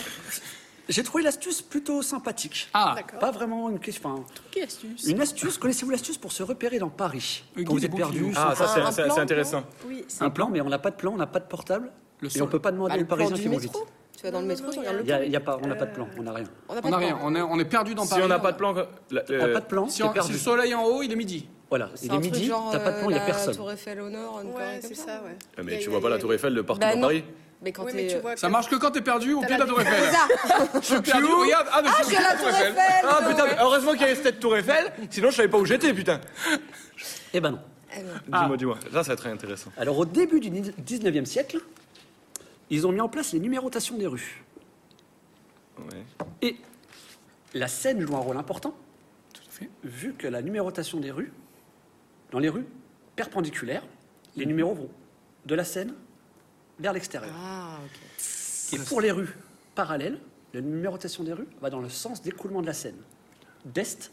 Speaker 9: J'ai trouvé l'astuce plutôt sympathique.
Speaker 2: Ah,
Speaker 1: D'accord.
Speaker 9: Pas vraiment une question. enfin,
Speaker 1: Quelle astuce
Speaker 9: Une astuce, connaissez-vous l'astuce pour se repérer dans Paris
Speaker 2: Le
Speaker 9: Quand
Speaker 2: guide
Speaker 9: vous êtes
Speaker 2: des bouquins.
Speaker 9: perdu,
Speaker 3: Ah,
Speaker 9: sans-
Speaker 3: ça, c'est-
Speaker 5: Un
Speaker 3: c'est
Speaker 5: plan,
Speaker 3: c'est intéressant.
Speaker 5: non Oui, c'est
Speaker 9: un plan, mais on n'a pas de plan, on n'a pas de portable,
Speaker 2: Le
Speaker 9: et on
Speaker 2: sol.
Speaker 9: ne peut pas demander
Speaker 5: Bah,
Speaker 9: aux
Speaker 5: le plan
Speaker 9: Parisiens qui
Speaker 5: du
Speaker 9: vont vite.
Speaker 5: métro. Tu vas dans le métro, tu regardes le
Speaker 9: Il y
Speaker 5: plan.
Speaker 9: a- il y a pas, on n'a pas de plan, on n'a rien.
Speaker 5: On n'a
Speaker 2: on
Speaker 5: pas
Speaker 2: n'a
Speaker 5: de
Speaker 2: rien,
Speaker 5: plan.
Speaker 2: on est, on est perdu dans
Speaker 3: Si on n'a
Speaker 2: Paris.
Speaker 3: pas de plan. la-
Speaker 9: euh,
Speaker 3: euh,
Speaker 9: T'as
Speaker 3: le-
Speaker 9: pas de plan,
Speaker 2: Si,
Speaker 9: t'es
Speaker 2: on- si
Speaker 9: perdu.
Speaker 2: le soleil en haut, il est midi.
Speaker 9: Voilà,
Speaker 5: C'est
Speaker 9: il
Speaker 5: un
Speaker 9: est
Speaker 5: truc
Speaker 9: midi,
Speaker 5: genre,
Speaker 9: t'as pas de plan, il n'y a
Speaker 5: euh,
Speaker 9: personne.
Speaker 5: La Tour Eiffel au nord, une
Speaker 1: Ouais,
Speaker 5: connerie
Speaker 1: c'est
Speaker 5: comme
Speaker 1: ça, ouais.
Speaker 3: Ah,
Speaker 1: Y a-
Speaker 3: Mais
Speaker 1: y
Speaker 3: tu
Speaker 1: a-
Speaker 3: vois pas
Speaker 1: y a-
Speaker 3: la Tour Eiffel de partout
Speaker 5: Bah
Speaker 3: dans
Speaker 5: non.
Speaker 3: Paris
Speaker 5: Mais quand
Speaker 1: Oui, mais euh, tu
Speaker 5: t'es.
Speaker 1: vois
Speaker 2: Ça
Speaker 1: que-
Speaker 2: marche que quand t'es perdu au pied de la Tour
Speaker 5: C'est
Speaker 2: Eiffel.
Speaker 5: ça.
Speaker 2: Je suis perdu, regarde. Ah, mais je
Speaker 5: Ah,
Speaker 2: suis
Speaker 5: j'ai
Speaker 2: au pied de
Speaker 5: la Tour Eiffel.
Speaker 3: Ah
Speaker 5: non,
Speaker 3: putain,
Speaker 5: ouais.
Speaker 3: mais heureusement qu'il y avait cette Tour Eiffel, sinon je savais pas où j'étais, putain.
Speaker 9: Eh ben non.
Speaker 5: Eh ben,
Speaker 3: Dis-moi, dis-moi. Ah, Ça, ça va être très intéressant.
Speaker 9: Alors, au début du 19e siècle, ils ont mis en place les numérotations des rues.
Speaker 3: Ouais.
Speaker 9: Et la Seine joue un rôle important,
Speaker 2: fait.
Speaker 9: vu que la numérotation des rues, dans les rues perpendiculaires, les numéros vont de la Seine vers l'extérieur.
Speaker 5: Ah, ok.
Speaker 9: Et pour les rues parallèles, la numérotation des rues va dans le sens d'écoulement de la Seine, d'est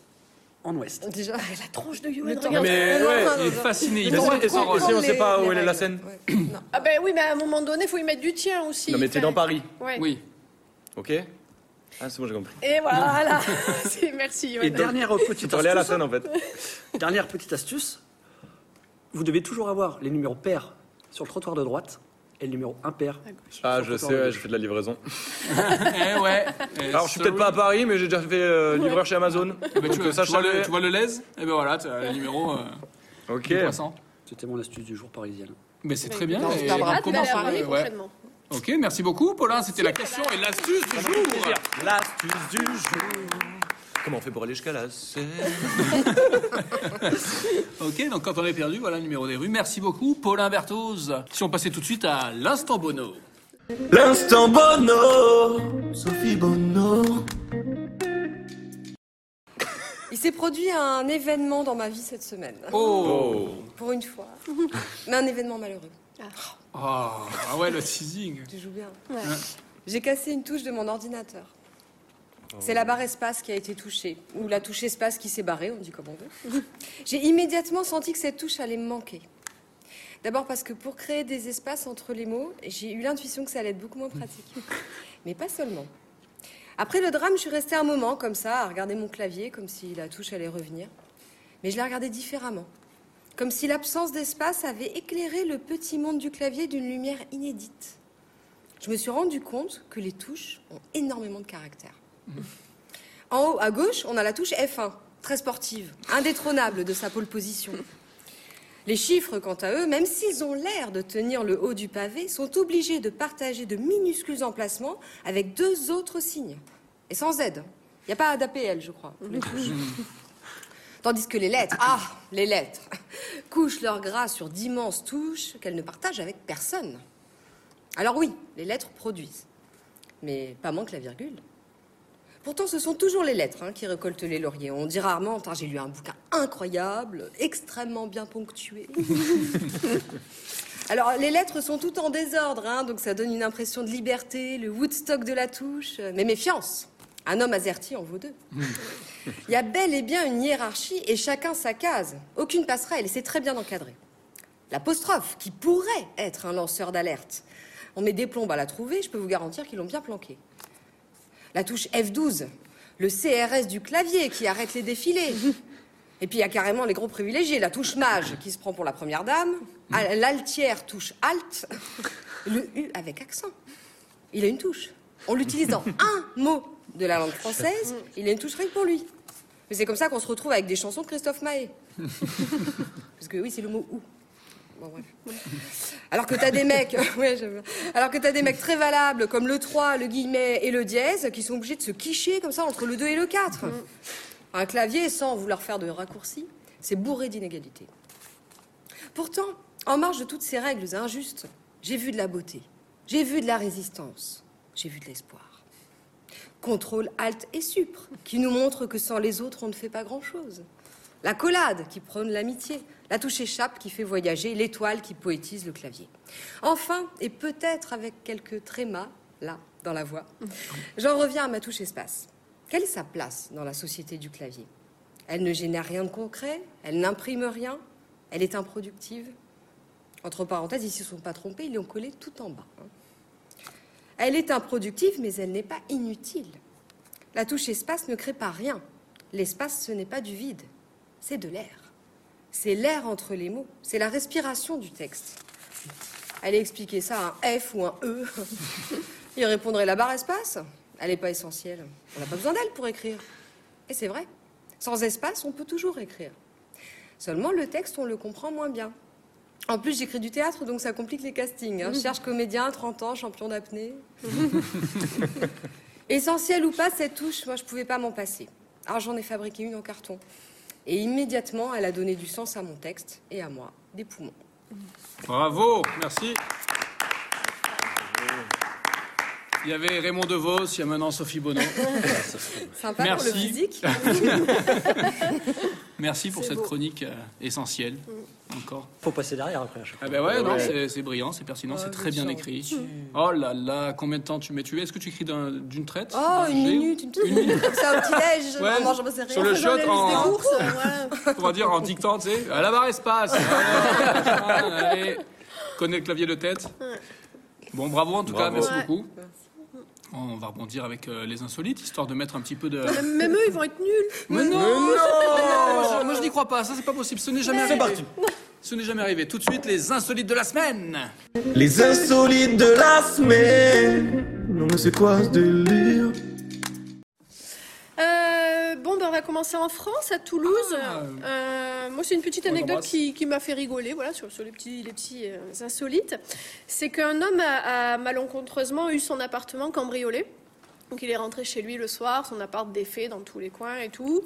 Speaker 9: en ouest.
Speaker 5: Déjà,
Speaker 1: La tronche de Yoann,
Speaker 5: temps.
Speaker 1: regarde.
Speaker 3: Mais ouais,
Speaker 2: Il est fasciné, il
Speaker 3: Mais
Speaker 2: tombe
Speaker 3: si-
Speaker 2: des
Speaker 3: si-
Speaker 2: paroles.
Speaker 3: si on
Speaker 5: les-
Speaker 3: sait pas
Speaker 5: les
Speaker 3: où est la
Speaker 5: règles.
Speaker 3: scène.
Speaker 5: Ouais. Non.
Speaker 1: Ah ben oui, mais à un moment donné, faut y mettre du tien aussi.
Speaker 3: Non, mais t'es dans Paris,
Speaker 1: Ouais.
Speaker 2: Oui.
Speaker 3: ok Ah, c'est bon, j'ai compris.
Speaker 1: Et voilà, c'est merci.
Speaker 9: Et
Speaker 1: Yoann.
Speaker 9: dernière petite
Speaker 3: Tu allé à la
Speaker 9: astuce,
Speaker 3: scène en fait.
Speaker 9: dernière petite astuce, vous devez toujours avoir les numéros pairs sur le trottoir de droite et le numéro impair.
Speaker 3: Ah, je sais, ouais, je fais de la livraison.
Speaker 2: Eh ouais. Eh,
Speaker 3: Alors, je suis peut-être pas à
Speaker 2: sorry.
Speaker 3: Paris, mais j'ai déjà fait euh, livreur chez Amazon.
Speaker 2: Eh ben, tu,
Speaker 3: Donc, euh,
Speaker 2: vois,
Speaker 3: ça,
Speaker 2: tu, vois le,
Speaker 3: je
Speaker 2: tu vois le lèse Eh ben voilà, t'as le numéro euh,
Speaker 3: Ok.
Speaker 2: du croissant.
Speaker 9: C'était mon astuce du jour parisienne.
Speaker 2: Mais c'est très bien.
Speaker 5: on
Speaker 2: et
Speaker 5: se parlera
Speaker 2: on
Speaker 1: Ah, tu vas
Speaker 2: commence,
Speaker 1: aller à Paris
Speaker 2: euh, ouais.
Speaker 1: prochainement.
Speaker 2: Ok, merci beaucoup, Paulin. C'était la question et l'astuce du jour.
Speaker 3: L'astuce du jour. Comment on fait pour aller jusqu'à la scène
Speaker 2: Ok, donc quand on est perdu, voilà le numéro des rues. Merci beaucoup, Paulin Berthoz. Si on passait tout de suite à l'instant Bono.
Speaker 10: L'instant Bono, Sophie Bono.
Speaker 5: Il s'est produit un événement dans ma vie cette semaine.
Speaker 2: Oh,
Speaker 5: Pour une fois. Mais un événement malheureux.
Speaker 2: Ah, Ah ouais, le teasing.
Speaker 5: Tu joues bien. J'ai cassé une touche de mon ordinateur. C'est la barre espace qui a été touchée, ou la touche espace qui s'est barrée, on dit comme on veut. J'ai immédiatement senti que cette touche allait me manquer. D'abord parce que pour créer des espaces entre les mots, j'ai eu l'intuition que ça allait être beaucoup moins pratique. Mais pas seulement. Après le drame, je suis restée un moment comme ça, à regarder mon clavier, comme si la touche allait revenir. Mais je la regardais différemment. Comme si l'absence d'espace avait éclairé le petit monde du clavier d'une lumière inédite. Je me suis rendu compte que les touches ont énormément de caractère. En haut à gauche, on a la touche F1, très sportive, indétrônable de sa pole position. Les chiffres, quant à eux, même s'ils ont l'air de tenir le haut du pavé, sont obligés de partager de minuscules emplacements avec deux autres signes. Et sans Z. Il n'y a pas d'APL, je crois. pour les touches. Tandis que les lettres, ah, les lettres, couchent leur gras sur d'immenses touches qu'elles ne partagent avec personne. Alors oui, les lettres produisent. Mais pas moins que la virgule. Pourtant, ce sont toujours les lettres hein, qui récoltent les lauriers. On dit rarement, Tain, j'ai lu un bouquin incroyable, extrêmement bien ponctué. Alors, les lettres sont toutes en désordre, hein, donc ça donne une impression de liberté, le Woodstock de la touche. Mais méfiance, un homme azerty en vaut deux. Il y a bel et bien une hiérarchie et chacun sa case. Aucune passerelle et c'est très bien encadré. L'apostrophe, qui pourrait être un lanceur d'alerte. On met des plombes à la trouver, je peux vous garantir qu'ils l'ont bien planqué. La touche F12, le CRS du clavier qui arrête les défilés. Et puis il y a carrément les gros privilégiés, la touche mage qui se prend pour la première dame, à- l'altière touche alt, le U avec accent. Il a une touche. On l'utilise dans un mot de la langue française, il a une touche rien que pour lui. Mais c'est comme ça qu'on se retrouve avec des chansons de Christophe Maé. Parce que oui, c'est le mot ou. Bon, bref. Alors que t'as des mecs, ouais, j'aime bien. alors que t'as des mecs très valables comme le 3, le guillemet et le dièse qui sont obligés de se quicher comme ça entre le 2 et le 4. Un clavier sans vouloir faire de raccourcis, c'est bourré d'inégalités. Pourtant, en marge de toutes ces règles injustes, j'ai vu de la beauté, j'ai vu de la résistance, j'ai vu de l'espoir. Contrôle, alt et supre, qui nous montre que sans les autres, on ne fait pas grand-chose. La collade, qui prône l'amitié. La touche échappe, qui fait voyager. L'étoile, qui poétise le clavier. Enfin, et peut-être avec quelques trémas, là, dans la voix, j'en reviens à ma touche espace. Quelle est sa place dans la société du clavier Elle ne génère rien de concret, elle n'imprime rien, elle est improductive. Entre parenthèses, ils ne se sont pas trompés, ils l'ont collé tout en bas. hein. Elle est improductive, mais elle n'est pas inutile. La touche espace ne crée pas rien. L'espace, ce n'est pas du vide, c'est de l'air. C'est l'air entre les mots, c'est la respiration du texte. Allez expliquer ça à un F ou un E. Il répondrait la barre espace. Elle n'est pas essentielle. On n'a pas besoin d'elle pour écrire. Et c'est vrai. Sans espace, on peut toujours écrire. Seulement, le texte, on le comprend moins bien. En plus, j'écris du théâtre, donc ça complique les castings. hein. Je cherche comédien, 30 ans, champion d'apnée. Essentielle ou pas, cette touche, moi, je pouvais pas m'en passer. Alors, j'en ai fabriqué une en carton. Et immédiatement, elle a donné du sens à mon texte et à moi, des poumons.
Speaker 2: Bravo, merci. Il y avait Raymond DeVos, il y a maintenant Sophie Bonneau.
Speaker 5: Sympa pour le
Speaker 2: Merci.
Speaker 5: physique.
Speaker 2: Merci pour cette chronique euh, essentielle. Encore.
Speaker 9: Faut passer derrière après. à chaque fois.
Speaker 2: Ah ben ouais, non, c'est- c'est brillant, c'est pertinent, c'est très bien écrit. Oh là là, combien de temps tu mets tu Est-ce que tu écris d'un- d'une traite
Speaker 5: Oh,
Speaker 2: D'un
Speaker 5: une
Speaker 2: jet
Speaker 5: minute, une petite minute comme ça au petit-déj,
Speaker 2: Ouais,
Speaker 5: en mangeant des céréales.
Speaker 2: sur le
Speaker 1: Dans
Speaker 2: shot
Speaker 1: la liste
Speaker 2: en,
Speaker 1: des courses, voilà.
Speaker 2: on va dire en dictant, tu sais, à la barre espace. Ah, allez, connais le clavier de tête. Bon, bravo en tout cas,
Speaker 3: Bravo.
Speaker 2: merci
Speaker 1: Ouais.
Speaker 2: beaucoup. On va rebondir avec euh, les insolites, histoire de mettre un petit peu de.
Speaker 1: Même eux, ils vont être nuls.
Speaker 2: Mais non, Moi, je- Moi je n'y crois pas, ça c'est pas possible, ce n'est jamais arrivé. Ce n'est jamais arrivé. Tout de suite, les insolites de la semaine.
Speaker 7: Les insolites de la semaine. Non mais c'est quoi ce délire
Speaker 1: Euh, bon, ben, on va commencer en France, à Toulouse.
Speaker 2: Ah.
Speaker 1: Euh, moi, c'est une petite
Speaker 2: On
Speaker 1: anecdote
Speaker 2: l'embrasse.
Speaker 1: qui, qui m'a fait rigoler, voilà, sur, sur les petits, les petits euh, insolites. C'est qu'un homme a, a malencontreusement eu son appartement cambriolé. Donc, il est rentré chez lui le soir, son appart défait dans tous les coins et tout.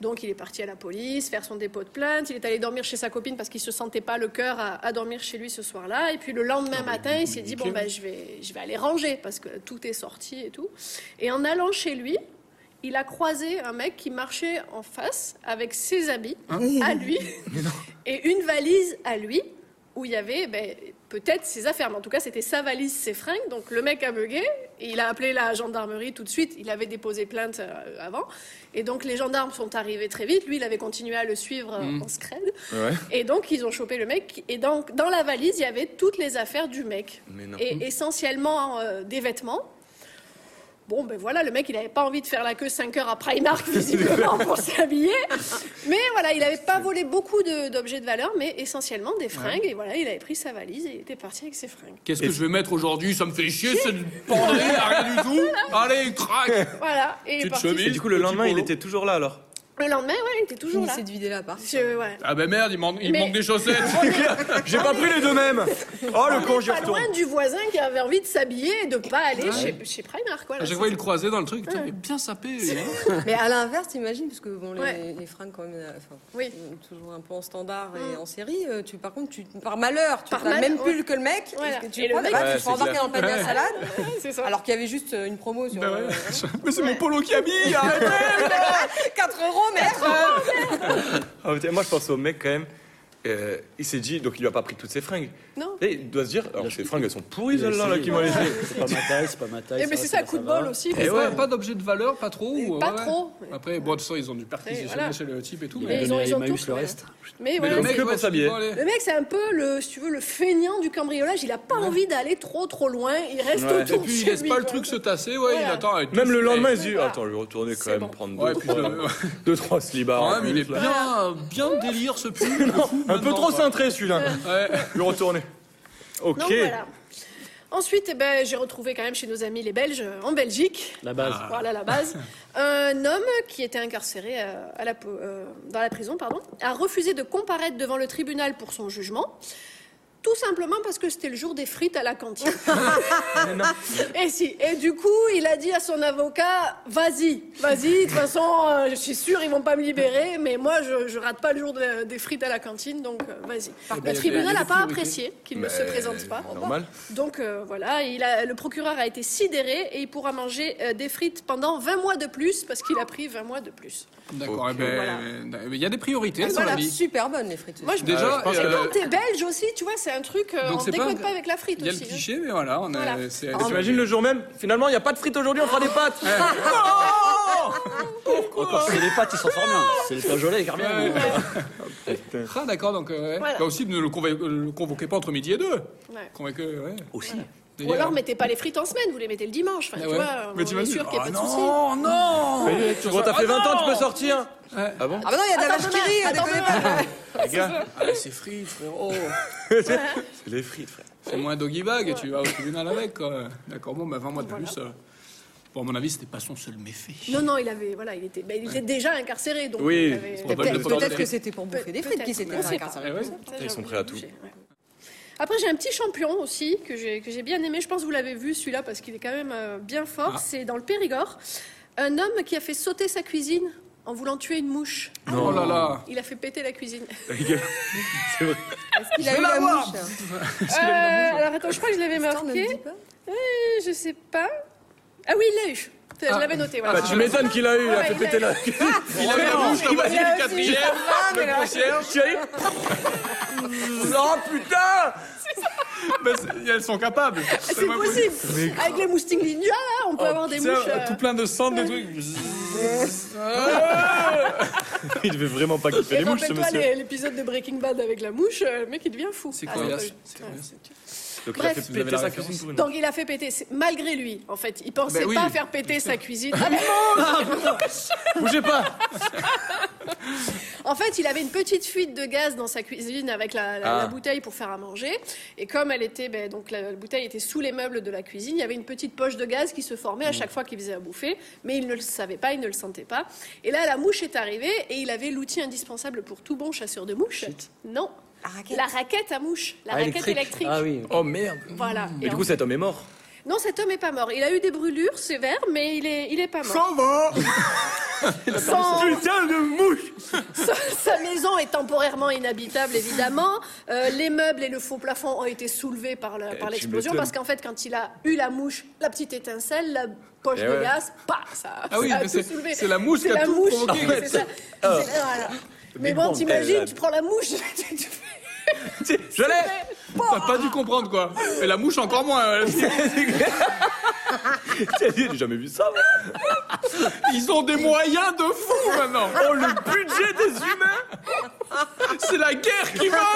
Speaker 1: Donc, il est parti à la police faire son dépôt de plainte. Il est allé dormir chez sa copine parce qu'il se sentait pas le cœur à, à dormir chez lui ce soir-là. Et puis, le
Speaker 2: Ah,
Speaker 1: lendemain matin, il s'est dit bon, ben, je vais, je vais aller ranger parce que tout est sorti et tout. Et en allant chez lui, il a croisé un mec qui marchait en face avec ses habits à lui et une valise à lui où il y avait ben, peut-être ses affaires, mais en tout cas c'était sa valise, ses fringues. Donc le mec a bugué, et il a appelé la gendarmerie tout de suite, il avait déposé plainte euh, avant, et donc les gendarmes sont arrivés très vite, lui il avait continué à le suivre euh, en scred,
Speaker 3: Ouais.
Speaker 1: et donc ils ont chopé le mec, et dans, dans la valise il y avait toutes les affaires du mec,
Speaker 2: Mm.
Speaker 3: Mais non.
Speaker 1: et essentiellement euh, des vêtements, Bon, ben voilà, le mec, il n'avait pas envie de faire la queue 5 heures à Primark, visiblement, pour s'habiller. Mais voilà, il n'avait pas volé beaucoup de- d'objets de, valeur, mais essentiellement des fringues. Et voilà, il avait pris sa valise et il était parti avec ses fringues.
Speaker 2: Qu'est-ce que je vais mettre aujourd'hui Ça me fait chier, c'est une penderie, y a rien du tout. Allez, crac
Speaker 1: Voilà, et il est
Speaker 3: Petite
Speaker 1: parti.
Speaker 3: chemise. Et du coup, le lendemain, il était toujours là alors.
Speaker 1: Le lendemain, ouais, il était toujours là.
Speaker 5: Finissez de vider l'appart.
Speaker 1: Je- ouais.
Speaker 2: Ah ben merde, il, man- il
Speaker 1: Mais-
Speaker 2: manque des chaussettes.
Speaker 3: J'ai pas pris les deux mêmes. Oh le con, j'y
Speaker 1: Pas
Speaker 3: retourne.
Speaker 1: loin du voisin qui avait envie de s'habiller et de pas aller chez, chez Primark. Voilà,
Speaker 2: À chaque
Speaker 1: c'est-
Speaker 2: fois, il le croisait dans le truc. Putain, il est bien sapé. lui, hein.
Speaker 5: Mais à l'inverse, t'imagines, parce que bon, les,
Speaker 1: Ouais.
Speaker 5: les fringues, quand même, euh, enfin,
Speaker 1: Oui.
Speaker 5: euh, toujours un peu en standard et
Speaker 1: Mm.
Speaker 5: en série, euh, tu, par contre, tu, par malheur, tu
Speaker 1: Par
Speaker 5: as le
Speaker 1: malheur,
Speaker 5: même pull
Speaker 1: ouais.
Speaker 5: que le mec,
Speaker 1: Voilà.
Speaker 5: et tu
Speaker 1: Et le
Speaker 5: prends,
Speaker 1: mec-
Speaker 5: bah,
Speaker 3: Ouais,
Speaker 5: tu te fais
Speaker 3: c'est
Speaker 5: embarquer
Speaker 3: clair.
Speaker 5: dans le panier à
Speaker 2: Ouais.
Speaker 5: salade,
Speaker 1: C'est ça.
Speaker 5: alors qu'il y avait juste euh, une promo sur Ah euh,
Speaker 2: Mais c'est mon polo qui habille. arrête.
Speaker 5: 4 euros, merde
Speaker 3: Ah, putain, moi, je pense au mec quand même. euh, il s'est dit, donc il lui a pas pris toutes ses fringues.
Speaker 1: Non.
Speaker 3: Et il doit se dire, alors ces fringues elles sont pourries
Speaker 9: Il a
Speaker 3: celles-là là,
Speaker 9: essayé.
Speaker 3: qui m'ont laissé.
Speaker 9: C'est pas ma taille, c'est pas ma taille.
Speaker 1: Et mais Eh ben, c'est ça, coup de
Speaker 9: va.
Speaker 1: bol aussi. parce
Speaker 2: Et
Speaker 1: que-
Speaker 2: Eh ouais, pas d'objet de valeur, pas trop. ouais,
Speaker 1: pas
Speaker 2: ouais. Ah
Speaker 1: trop.
Speaker 2: Après, bon, de toute façon, ils ont dû
Speaker 1: Et
Speaker 2: perquisitionner
Speaker 1: voilà.
Speaker 2: chez le type et tout.
Speaker 9: Il
Speaker 1: Mais
Speaker 9: a
Speaker 1: ils ont-
Speaker 9: donné
Speaker 1: ils ont
Speaker 9: à Emmaüs
Speaker 1: tout
Speaker 9: le
Speaker 1: fait.
Speaker 9: reste.
Speaker 1: Mais
Speaker 2: Mais
Speaker 1: voilà,
Speaker 2: le
Speaker 1: c'est-
Speaker 2: mec,
Speaker 3: que pour
Speaker 2: ouais,
Speaker 3: s'habiller.
Speaker 2: bon, allez.
Speaker 1: Le mec, c'est un peu le, si tu veux, le feignant du cambriolage. Il a pas envie d'aller trop trop loin. Il reste
Speaker 3: Ouais.
Speaker 1: autour
Speaker 2: Et puis,
Speaker 1: de
Speaker 2: il
Speaker 1: chez
Speaker 2: laisse
Speaker 1: lui,
Speaker 2: pas le
Speaker 1: quoi.
Speaker 2: truc se tasser. Ouais, il
Speaker 1: Voilà.
Speaker 2: attend. avec
Speaker 3: Même
Speaker 2: tout-
Speaker 3: le lendemain,
Speaker 2: Ouais,
Speaker 3: il se dit, attends, je vais retourner quand
Speaker 1: C'est
Speaker 3: même
Speaker 1: bon.
Speaker 3: prendre
Speaker 2: Ouais,
Speaker 3: deux,
Speaker 2: puis
Speaker 3: trois,
Speaker 2: le-
Speaker 3: deux, trois slibards.
Speaker 2: quand
Speaker 3: en
Speaker 2: même, Ah, il
Speaker 3: plus,
Speaker 2: est
Speaker 3: là.
Speaker 2: bien, bien délire ce pull.
Speaker 3: Un peu trop cintré celui-là.
Speaker 2: Ouais.
Speaker 3: Le retourner. Ok.
Speaker 1: Donc voilà. Ensuite, eh ben, j'ai retrouvé quand même chez nos amis les Belges euh, en Belgique.
Speaker 9: La base.
Speaker 1: Voilà la base. Un homme qui était incarcéré euh, à la po- euh, dans la prison pardon, a refusé de comparaître devant le tribunal pour son jugement, tout simplement parce que c'était le jour des frites à la cantine. et, si. et du coup, il a dit à son avocat Vas-y, vas-y, de toute façon, euh, je suis sûr, ils vont pas me libérer, mais moi, je, je rate pas le jour de- des frites à la cantine, donc euh, vas-y. Le
Speaker 2: ben, il y a
Speaker 1: tribunal
Speaker 2: des
Speaker 1: n'a pas
Speaker 2: priorités.
Speaker 1: apprécié qu'il ne se
Speaker 3: Mais
Speaker 1: présente pas.
Speaker 3: Normal.
Speaker 1: Donc euh, voilà, il a- le procureur a été sidéré et il pourra manger euh, des frites pendant 20 mois de plus parce qu'il a pris 20 mois de plus.
Speaker 2: D'accord, eh
Speaker 3: Ok.
Speaker 2: ben,
Speaker 1: Voilà. Ah,
Speaker 2: euh, il y a des priorités dans la
Speaker 5: Voilà,
Speaker 2: vie.
Speaker 5: super bonne les frites.
Speaker 1: Moi, je
Speaker 2: Déjà,
Speaker 3: Euh, je pense
Speaker 1: Et
Speaker 2: euh,
Speaker 1: quand t'es belge aussi, tu vois, c'est un truc, euh,
Speaker 2: Donc
Speaker 1: on
Speaker 2: c'est pas
Speaker 1: déconne
Speaker 2: un-
Speaker 1: pas, avec la frite
Speaker 2: Il y a le
Speaker 1: aussi. hein.
Speaker 2: cliché, mais voilà. on est-
Speaker 1: Voilà.
Speaker 2: c'est-
Speaker 1: Ah,
Speaker 2: c'est-
Speaker 3: T'imagines le jour même, finalement, il n'y a pas de frites aujourd'hui, on fera des pâtes.
Speaker 9: Encore, c'est les pâtes, ils s'en sortent bien. C'est les flageolets, les
Speaker 2: Ouais.
Speaker 9: bien.
Speaker 2: Ah, d'accord, donc. euh, ouais.
Speaker 1: Voilà.
Speaker 2: Bah aussi, ne le, convo- euh, le convoquez pas entre midi et deux.
Speaker 1: Ouais.
Speaker 2: Convoquez, ouais.
Speaker 9: Aussi.
Speaker 1: Ou alors, mettez pas les frites en semaine, vous les mettez le dimanche. Enfin,
Speaker 2: Ah
Speaker 1: tu
Speaker 2: ouais.
Speaker 1: vois,
Speaker 2: Mais
Speaker 1: on est
Speaker 2: t'imagines
Speaker 1: sûr qu'il n'y a
Speaker 2: Ah
Speaker 1: pas de
Speaker 2: non,
Speaker 1: souci.
Speaker 2: non
Speaker 3: Tu t'as fait 20
Speaker 2: Oh,
Speaker 3: ans, tu peux sortir. Ah bon
Speaker 5: Ah bah non, il y a de la vache qui rit, euh,
Speaker 1: Attends,
Speaker 5: déconnez
Speaker 1: demain.
Speaker 5: pas
Speaker 3: Les gars,
Speaker 2: Ah, C'est free, frérot
Speaker 3: c'est les frites, frère.
Speaker 2: C'est moins doggy bag et tu vas au tribunal avec, quoi. D'accord, bon, bah 20 mois de plus. euh, Bon, à mon avis, c'était pas son seul méfait.
Speaker 1: Non, non, il avait, voilà, il était, ben, il était déjà incarcéré, donc.
Speaker 3: Oui,
Speaker 1: il avait-
Speaker 2: c'est
Speaker 1: Pe-
Speaker 2: probable
Speaker 5: Peut-être
Speaker 2: de prendre
Speaker 5: peut-être
Speaker 2: des-
Speaker 5: que c'était pour bouffer des frites
Speaker 1: peut-être,
Speaker 5: qui s'était
Speaker 1: on sait pas.
Speaker 5: incarcéré.
Speaker 2: Eh ouais.
Speaker 1: Ça,
Speaker 3: Ils sont
Speaker 1: j'aurais
Speaker 3: prêts à
Speaker 1: pu
Speaker 3: tout.
Speaker 1: toucher, ouais. Après, j'ai un petit champion aussi que j'ai que j'ai bien aimé. Je pense que vous l'avez vu celui-là parce qu'il est quand même euh, bien fort.
Speaker 2: Ah.
Speaker 1: C'est dans le Périgord. Un homme qui a fait sauter sa cuisine en voulant tuer une mouche.
Speaker 2: Oh là là
Speaker 1: Il a fait péter la cuisine.
Speaker 5: Est-ce qu'il a eu la mouche
Speaker 3: hein.
Speaker 1: Euh, alors attends, je crois que je l'avais
Speaker 5: Attends, ne me
Speaker 1: marqué.
Speaker 5: dis pas.
Speaker 1: Euh, Je sais pas. Ah oui, il l'a eu. Je l'avais noté. Voilà.
Speaker 3: Bah,
Speaker 2: Ah.
Speaker 3: tu m'étonnes qu'il a eu, il a
Speaker 1: Ouais,
Speaker 3: fait
Speaker 1: il a
Speaker 3: péter
Speaker 1: eu.
Speaker 3: la
Speaker 2: Il avait la bouche, le voisin du quatrième, le concierge.
Speaker 3: Tu as eu Oh putain
Speaker 2: Bah, c'est- Elles sont capables.
Speaker 1: C'est
Speaker 2: moins
Speaker 1: possible. Avec les moustiques ninja, là, on peut
Speaker 3: Oh,
Speaker 1: avoir des
Speaker 2: Ça,
Speaker 1: mouches. euh,
Speaker 2: Tout plein de sang, des trucs.
Speaker 3: Il devait vraiment pas kiffer
Speaker 1: Et
Speaker 3: les mouches, ce
Speaker 1: rappelle-toi
Speaker 3: monsieur.
Speaker 1: les- l'épisode de Breaking Bad avec la mouche, euh, le mec il devient fou.
Speaker 2: C'est
Speaker 1: Ah,
Speaker 2: coriace.
Speaker 1: c'est pas-
Speaker 2: C'est
Speaker 1: ouais,
Speaker 2: coriace.
Speaker 1: c'est-
Speaker 3: Donc
Speaker 1: Bref.
Speaker 3: il a
Speaker 2: Vous
Speaker 3: fait
Speaker 2: avez
Speaker 3: péter
Speaker 2: la
Speaker 3: sa
Speaker 2: référence.
Speaker 3: cuisine pour une.
Speaker 1: Donc il a fait péter, c'est- malgré lui en fait. Il pensait
Speaker 2: oui.
Speaker 1: pas faire péter sa cuisine. Ah, mais-
Speaker 3: Bougez pas
Speaker 1: en fait, il avait une petite fuite de gaz dans sa cuisine avec la, la-
Speaker 3: Ah.
Speaker 1: la bouteille pour faire à manger. Et comme elle était, ben, donc la, la bouteille était sous les meubles de la cuisine, il y avait une petite poche de gaz qui se formait à chaque fois qu'il faisait à bouffer. Mais il ne le savait pas, il ne le sentait pas. Et là, la mouche est arrivée et il avait l'outil indispensable pour tout bon chasseur de mouches. Non,
Speaker 5: La raquette.
Speaker 1: la raquette à mouche, la raquette électrique.
Speaker 9: Ah oui.
Speaker 3: Oh merde
Speaker 1: Voilà.
Speaker 3: Et
Speaker 1: Et
Speaker 3: du
Speaker 1: en
Speaker 3: coup, cet homme est mort.
Speaker 1: Non, cet homme est pas mort. Il a eu des brûlures sévères, mais il est, il est pas mort.
Speaker 3: va
Speaker 1: Sans-
Speaker 3: Putain de mouche
Speaker 1: sa, sa maison est temporairement inhabitable, évidemment. Euh, les meubles et le faux plafond ont été soulevés par
Speaker 2: Eh,
Speaker 1: la- par
Speaker 3: tu
Speaker 1: l'explosion
Speaker 3: m'étonnes.
Speaker 1: parce qu'en fait, quand il a eu la mouche, la petite étincelle, la poche
Speaker 3: Eh
Speaker 1: de
Speaker 3: ouais.
Speaker 1: gaz, pas ça.
Speaker 2: Ah oui,
Speaker 1: ça a
Speaker 2: mais
Speaker 1: tout
Speaker 2: c'est-
Speaker 1: soulevé.
Speaker 2: c'est la mouche
Speaker 1: C'est
Speaker 2: qui a
Speaker 1: la
Speaker 2: tout
Speaker 1: mouche.
Speaker 2: provoqué. Oh.
Speaker 1: c'est ça. C'est- voilà. Mais bon,
Speaker 3: Elle
Speaker 1: t'imagines,
Speaker 3: a-
Speaker 1: tu prends la mouche, tu- tu fais-
Speaker 3: Je l'ai
Speaker 2: T'as pas dû comprendre quoi. Et la mouche encore moins.
Speaker 3: Tiens, J'ai jamais vu ça, moi.
Speaker 2: Ils ont des moyens de fou maintenant.
Speaker 3: Oh, le budget des humains
Speaker 2: C'est la guerre qui va.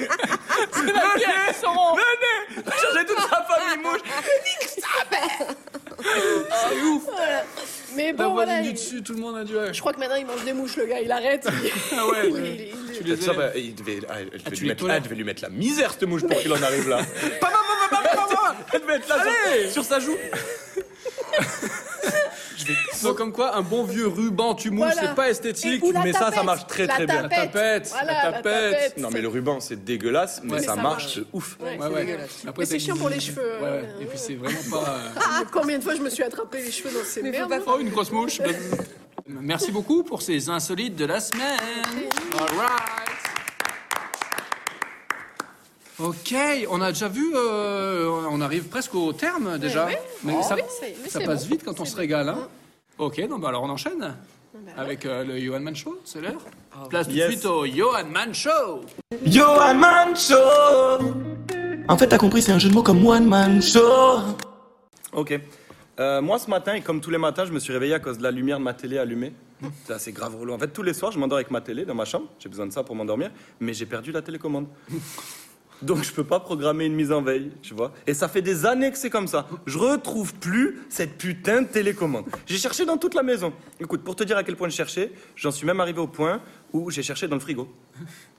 Speaker 2: C'est la guerre. Ils
Speaker 3: Venez Cherchez toute sa famille mouche
Speaker 2: C'est ouf.
Speaker 1: mais
Speaker 2: La
Speaker 1: bon,
Speaker 2: voix
Speaker 1: voilà,
Speaker 2: du
Speaker 1: il-
Speaker 2: dessus, tout le monde a dit. ouais.
Speaker 1: Je crois que maintenant il mange des mouches, le gars, il arrête.
Speaker 2: Ah ouais,
Speaker 1: il-
Speaker 2: ouais.
Speaker 1: il- il-
Speaker 2: Tu les
Speaker 3: Peut-être ça,
Speaker 2: élèves.
Speaker 3: bah, il devait, ah, je vais
Speaker 2: tu
Speaker 3: lui
Speaker 2: les
Speaker 3: mettre,
Speaker 2: tolères.
Speaker 3: ah, je vais lui mettre la misère, cette mouche, pour qu'il en arrive là. Pas maman, maman, maman Elle devait être là
Speaker 2: Allez
Speaker 3: sur, sur sa joue.
Speaker 2: Donc comme quoi, un bon vieux ruban, tu mouches,
Speaker 1: Voilà.
Speaker 2: c'est pas esthétique,
Speaker 1: Et- ou la
Speaker 3: mais ça, ça
Speaker 1: tapette.
Speaker 3: marche très,
Speaker 1: La
Speaker 3: très bien. La
Speaker 1: tapette.
Speaker 2: tapette,
Speaker 1: Voilà,
Speaker 2: la
Speaker 1: Ah, la
Speaker 2: tapette.
Speaker 1: tapette.
Speaker 3: Non, mais le ruban, c'est dégueulasse, mais,
Speaker 2: Ouais.
Speaker 3: ça,
Speaker 1: Mais ça
Speaker 3: marche
Speaker 1: marche.
Speaker 3: de ouf.
Speaker 1: Ouais,
Speaker 2: Ouais,
Speaker 1: c'est
Speaker 2: ouais.
Speaker 1: dégueulasse.
Speaker 2: Après,
Speaker 1: Mais c'est
Speaker 2: t'as
Speaker 1: chiant
Speaker 2: une-
Speaker 1: pour les cheveux.
Speaker 2: Ouais, ouais.
Speaker 1: euh,
Speaker 2: Et puis
Speaker 1: ouais.
Speaker 2: c'est vraiment pas. euh,
Speaker 1: Ah, Combien de fois je me suis attrapé les cheveux dans ces
Speaker 5: Mais faut
Speaker 1: merdes
Speaker 5: pas
Speaker 2: Oh, une grosse mouche. Merci beaucoup pour ces insolites de la semaine. All right. Ok, on a déjà vu, euh, on arrive presque au terme déjà.
Speaker 1: ouais.
Speaker 2: Mais
Speaker 1: Oh,
Speaker 2: ça,
Speaker 1: oui, c'est- mais
Speaker 2: ça
Speaker 1: c'est
Speaker 2: passe
Speaker 1: bon.
Speaker 2: vite quand on
Speaker 1: C'est
Speaker 2: se
Speaker 1: bon. bah,
Speaker 2: régale. hein. Ok, donc bah, alors on enchaîne
Speaker 1: ouais.
Speaker 2: avec euh, le Johan Man Show, c'est l'heure. Place tout
Speaker 3: Yes.
Speaker 2: de suite au Johan Man Show.
Speaker 7: Yo, un man show En fait, t'as compris, c'est un jeu de mots comme one man show.
Speaker 3: Ok. Euh, moi, ce matin, et comme tous les matins, je me suis réveillé à cause de la lumière de ma télé allumée. C'est assez grave relou. En fait, tous les soirs, je m'endors avec ma télé dans ma chambre. J'ai besoin de ça pour m'endormir. Mais j'ai perdu la télécommande. Donc, je peux pas programmer une mise en veille, tu vois. Et ça fait des années que c'est comme ça. Je retrouve plus cette putain de télécommande. J'ai cherché dans toute la maison. Écoute, pour te dire à quel point je cherchais, j'en suis même arrivé au point où j'ai cherché dans le frigo.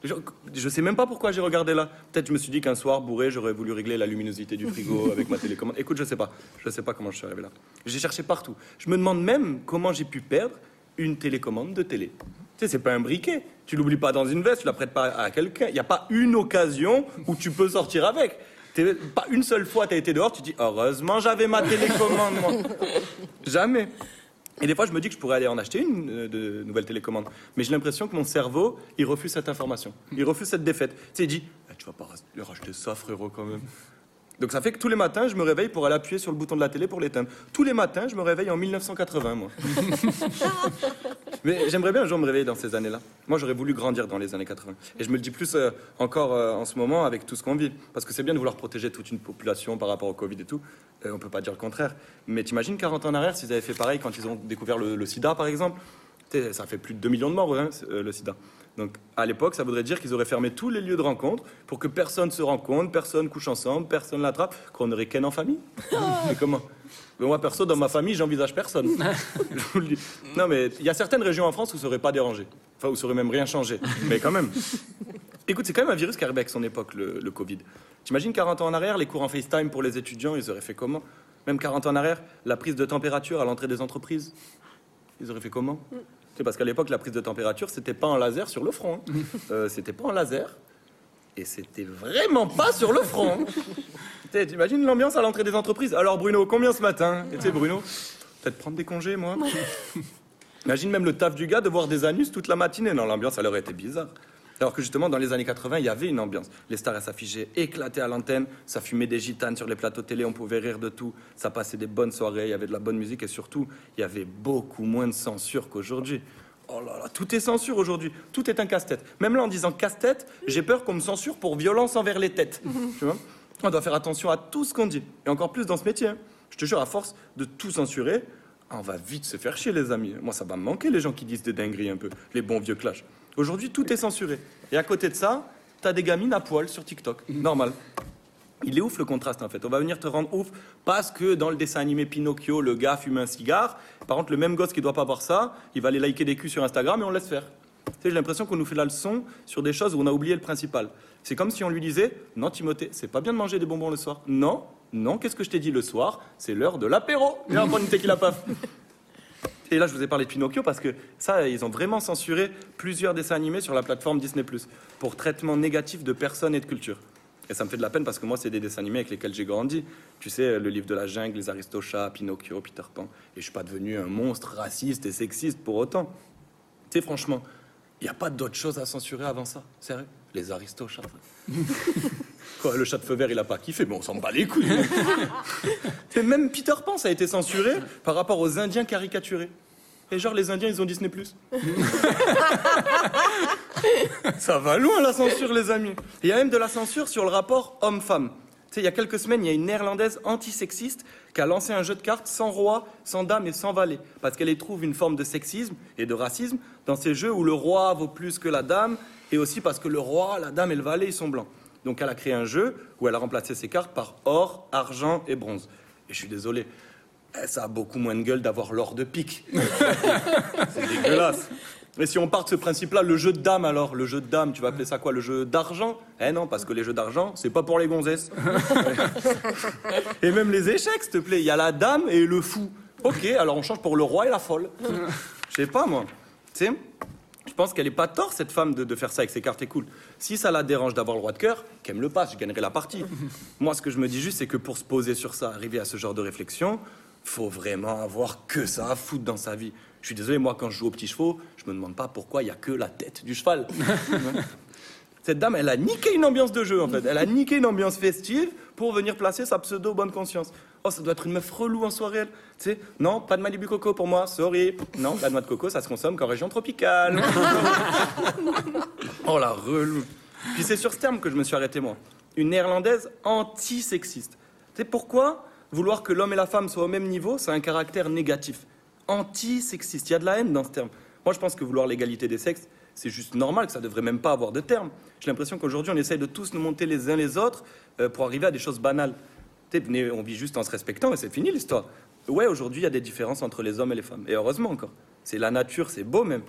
Speaker 3: Je, je sais même pas pourquoi j'ai regardé là. Peut-être je me suis dit qu'un soir bourré, j'aurais voulu régler la luminosité du frigo avec ma télécommande. Écoute, je sais pas. Je sais pas comment je suis arrivé là. J'ai cherché partout. Je me demande même comment j'ai pu perdre une télécommande de télé. Tu sais, c'est pas un briquet. Tu l'oublies pas dans une veste, tu la prêtes pas à quelqu'un. Il n'y a pas une occasion où tu peux sortir avec. T'es- Pas une seule fois tu as été dehors, tu dis heureusement j'avais ma télécommande moi. Jamais. Et des fois, je me dis que je pourrais aller en acheter une euh, de nouvelle télécommande. Mais j'ai l'impression que mon cerveau, il refuse cette information. Il refuse cette défaite. Tu sais, il dit Ah, Tu vas pas ras- le racheter ça, frérot, quand même. Donc ça fait que tous les matins, je me réveille pour aller appuyer sur le bouton de la télé pour l'éteindre. Tous les matins, je me réveille en 1980, moi. Mais j'aimerais bien un jour me réveiller dans ces années-là. Moi, j'aurais voulu grandir dans les années 80. Et je me le dis plus euh, encore euh, en ce moment avec tout ce qu'on vit. Parce que c'est bien de vouloir protéger toute une population par rapport au Covid et tout. Euh, on peut pas dire le contraire. Mais t'imagines 40 ans en arrière, s'ils avaient fait pareil quand ils ont découvert le, le sida, par exemple Tu sais, Ça fait plus de 2 millions de morts, hein, c- euh, le sida. Donc, à l'époque, ça voudrait dire qu'ils auraient fermé tous les lieux de rencontre pour que personne se rencontre, personne couche ensemble, personne l'attrape, qu'on n'aurait qu'un en famille. Mais comment Mais moi, perso, dans ma famille, j'envisage personne. Je vous le dis. Non, mais il y a certaines régions en France où ça aurait pas dérangé. Enfin, où ça aurait même rien changé. Mais quand même. Écoute, c'est quand même un virus qui arrive avec son époque, le, le Covid. T'imagines 40 ans en arrière, les cours en FaceTime pour les étudiants, ils auraient fait comment Même 40 ans en arrière, la prise de température à l'entrée des entreprises, ils auraient fait comment C'est parce qu'à l'époque, la prise de température, c'était pas en laser sur le front. hein. Euh, c'était pas en laser. Et c'était vraiment pas sur le front. hein. Tu sais, T'imagines l'ambiance à l'entrée des entreprises Alors Bruno, combien ce matin Et tu sais Bruno, peut-être prendre des congés moi Imagine même le taf du gars de voir des anus toute la matinée. Non, l'ambiance, elle aurait été bizarre. Alors que justement, dans les années 80, il y avait une ambiance. Les stars, elles s'affichaient, éclatées à l'antenne, ça fumait des gitanes sur les plateaux télé, on pouvait rire de tout, ça passait des bonnes soirées, il y avait de la bonne musique et surtout, il y avait beaucoup moins de censure qu'aujourd'hui. Oh là là, tout est censure aujourd'hui, tout est un casse-tête. Même là, en disant casse-tête, j'ai peur qu'on me censure pour violence envers les têtes. Tu vois on doit faire attention à tout ce qu'on dit, et encore plus dans ce métier. hein. Je te jure, à force de tout censurer, ah, On va vite se faire chier, les amis. Moi, ça va me manquer, les gens qui disent des dingueries un peu, les bons vieux clashs. Aujourd'hui, tout est censuré. Et à côté de ça, t'as des gamines à poil sur TikTok. Normal. Il est ouf le contraste en fait. On va venir te rendre ouf parce que dans le dessin animé Pinocchio, le gars fume un cigare. Par contre, le même gosse qui doit pas boire ça, il va aller liker des culs sur Instagram et on le laisse faire. Tu sais, J'ai l'impression qu'on nous fait la leçon sur des choses où on a oublié le principal. C'est comme si on lui disait Non, Timothée, c'est pas bien de manger des bonbons le soir. Non, non, qu'est-ce que je t'ai dit le soir C'est l'heure de l'apéro. Viens, on prend une tequila paf. Et là, je vous ai parlé de Pinocchio parce que ça, ils ont vraiment censuré plusieurs dessins animés sur la plateforme Disney pour traitement négatif de personnes et de culture. Et ça me fait de la peine parce que moi, c'est des dessins animés avec lesquels j'ai grandi. Tu sais, le livre de la jungle, les Aristochats, Pinocchio, Peter Pan. Et je suis pas devenu un monstre raciste et sexiste pour autant. Tu sais, franchement, il n'y a pas d'autre chose à censurer avant ça. Sérieux Les Aristochats. Quoi, le chat de feu vert, il a pas kiffé, mais on s'en bat les couilles. Et même Peter Pan, ça a été censuré par rapport aux Indiens caricaturés. Et genre, les Indiens, ils ont Disney+. ça va loin, la censure, les amis. Et Il y a même de la censure sur le rapport homme-femme. Tu sais, il y a quelques semaines, il y a une néerlandaise antisexiste qui a lancé un jeu de cartes sans roi, sans dame et sans valet. Parce qu'elle y trouve une forme de sexisme et de racisme dans ces jeux où le roi vaut plus que la dame. Et aussi parce que le roi, la dame et le valet, ils sont blancs. Donc elle a créé un jeu où elle a remplacé ses cartes par or, argent et bronze. Et je suis désolé, eh, ça a beaucoup moins de gueule d'avoir l'or de pique. c'est dégueulasse. Mais si on part de ce principe-là, le jeu de dames alors, le jeu de dames, tu vas appeler ça quoi Le jeu d'argent Eh non, parce que les jeux d'argent, c'est pas pour les gonzesses. et même les échecs, s'il te plaît, il y a la dame et le fou. Ok, alors on change pour le roi et la folle. Je sais pas moi. Tu sais, je pense qu'elle est pas tort cette femme de, de faire ça avec ses cartes et cool. Si ça la dérange d'avoir le roi de cœur, qu'elle me le passe, je gagnerai la partie. Moi, ce que je me dis juste, c'est que pour se poser sur ça, arriver à ce genre de réflexion, faut vraiment avoir que ça à foutre dans sa vie. Je suis désolé, moi, quand je joue aux petits chevaux, je me demande pas pourquoi il y a que la tête du cheval. Cette dame, elle a niqué une ambiance de jeu, en fait. Elle a niqué une ambiance festive pour venir placer sa pseudo bonne conscience. Oh, ça doit être une meuf relou en soirée, elle. Tu sais, non, pas de Malibu Coco pour moi, sorry. Non, la noix de coco, ça se consomme qu'en région tropicale. oh, la relou. Puis c'est sur ce terme que je me suis arrêté, moi. Une néerlandaise anti-sexiste. Tu sais pourquoi Vouloir que l'homme et la femme soient au même niveau, c'est un caractère négatif. Anti-sexiste. Il y a de la haine dans ce terme. Moi, je pense que vouloir l'égalité des sexes, c'est juste normal, que ça devrait même pas avoir de terme. J'ai l'impression qu'aujourd'hui, on essaye de tous nous monter les uns les autres euh, pour arriver à des choses banales. Tu sais, venez, on vit juste en se respectant et c'est fini l'histoire. Ouais, aujourd'hui, il y a des différences entre les hommes et les femmes. Et heureusement encore. C'est la nature, c'est beau même.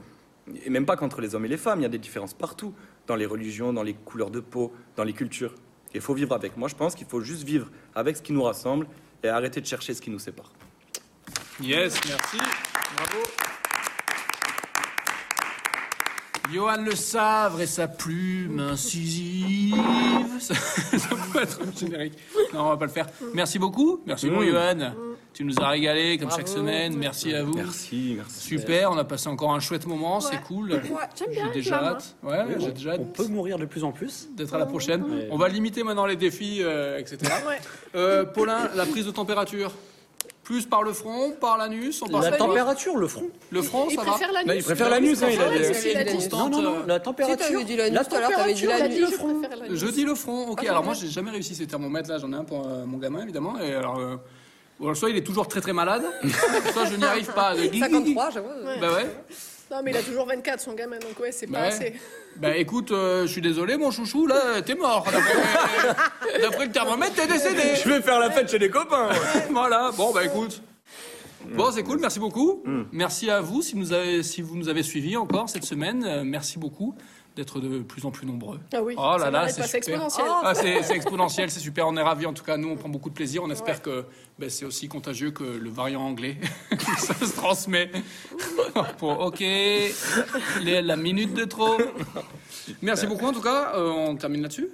Speaker 3: Et même pas qu'entre les hommes et les femmes, il y a des différences partout. Dans les religions, dans les couleurs de peau, dans les cultures. Et il faut vivre avec. Moi, je pense qu'il faut juste vivre avec ce qui nous rassemble et arrêter de chercher ce qui nous sépare.
Speaker 2: Yes, merci. Bravo. Johan Le Savre et sa plume incisive. Ça, ça peut être un générique. Non, on va pas le faire. Merci beaucoup. Merci beaucoup,
Speaker 3: Mm.
Speaker 2: Johan. Tu nous as régalé comme chaque semaine. Merci à vous.
Speaker 3: Merci, merci.
Speaker 2: Super, on a passé encore un chouette moment, c'est cool.
Speaker 1: J'aime bien
Speaker 2: J'ai
Speaker 1: les
Speaker 2: déjà
Speaker 1: flammes,
Speaker 2: hâte. Ouais, j'ai déjà hâte
Speaker 9: On peut mourir de plus en plus.
Speaker 2: d'être à la prochaine. On va limiter maintenant les défis, euh, etc. Euh, Paulin, la prise de température. Plus par le front, par l'anus, on passe
Speaker 9: La
Speaker 2: par
Speaker 9: température, le front.
Speaker 2: Le front,
Speaker 1: Il
Speaker 2: ça va.
Speaker 1: préfère l'anus.
Speaker 3: Non, il préfère l'anus, hein, il a
Speaker 1: Ah ouais,
Speaker 3: dit.
Speaker 1: parce qu'il a dit-
Speaker 2: Constante,
Speaker 9: non, non,
Speaker 2: euh,
Speaker 9: non, la température.
Speaker 5: Si, t'avais dit l'anus
Speaker 9: la
Speaker 5: tout à l'heure, t'avais dit
Speaker 9: température,
Speaker 1: Il a
Speaker 5: l'anus.
Speaker 1: dit, je préfère l'anus.
Speaker 2: Je dis le front, ok. alors moi, j'ai jamais réussi ces thermomètres là. J'en ai un pour euh, mon gamin, évidemment. Et alors, euh, ou alors soit il est toujours très très malade, soit je n'y arrive pas.
Speaker 5: 53, j'avoue.
Speaker 2: Bah ouais.
Speaker 1: Non, mais il a toujours 24, son gamin, donc ouais, c'est
Speaker 2: Bah
Speaker 1: pas
Speaker 2: ouais.
Speaker 1: assez.
Speaker 2: Bah écoute, euh, je suis désolé, mon chouchou, là, t'es mort. D'après- D'après le thermomètre, t'es décédé.
Speaker 3: Je vais faire la fête chez les copains. ouais. Mm.
Speaker 2: voilà, bon bah écoute. Bon, c'est cool, merci beaucoup. Merci à vous si, nous avez- si vous nous avez suivis encore cette semaine. euh, merci beaucoup d'être de plus en plus nombreux.
Speaker 1: Ah oui,
Speaker 2: Oh là
Speaker 1: ça
Speaker 2: là,
Speaker 1: n'arrête
Speaker 2: c'est
Speaker 1: pas, c'est
Speaker 2: super.
Speaker 1: exponentiel.
Speaker 2: Ah, c'est c'est exponentiel, c'est super, on est ravis. En tout cas, nous, on prend beaucoup de plaisir. On espère que ben, c'est aussi contagieux que le variant anglais. Ça se transmet. Pour, ok, les- la minute de trop. Merci beaucoup, en tout cas. Euh, on termine là-dessus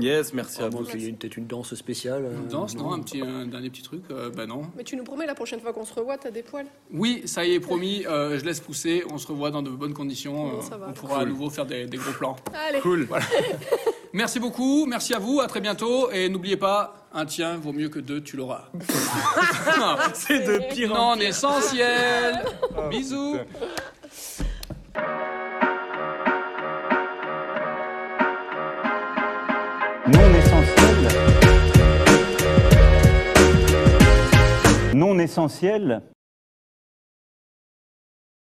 Speaker 3: Yes, merci à vous.
Speaker 9: Peut-être une danse spéciale. euh,
Speaker 2: Danse, non, un petit un dernier petit truc Euh, Ben non.
Speaker 1: Mais tu nous promets, la prochaine fois qu'on se revoit, t'as des poils.
Speaker 2: Oui, ça y est, promis, euh, je laisse pousser, on se revoit dans de bonnes conditions,
Speaker 1: Bon,
Speaker 2: euh,
Speaker 1: ça va.
Speaker 2: on pourra à nouveau faire des, des gros plans.
Speaker 1: Allez,
Speaker 2: Merci beaucoup, merci à vous, à très bientôt, et n'oubliez pas, un tien vaut mieux que deux, tu l'auras.
Speaker 3: C'est de pire en
Speaker 2: Non, essentiel Bisous
Speaker 4: Non essentiel. Non essentiel.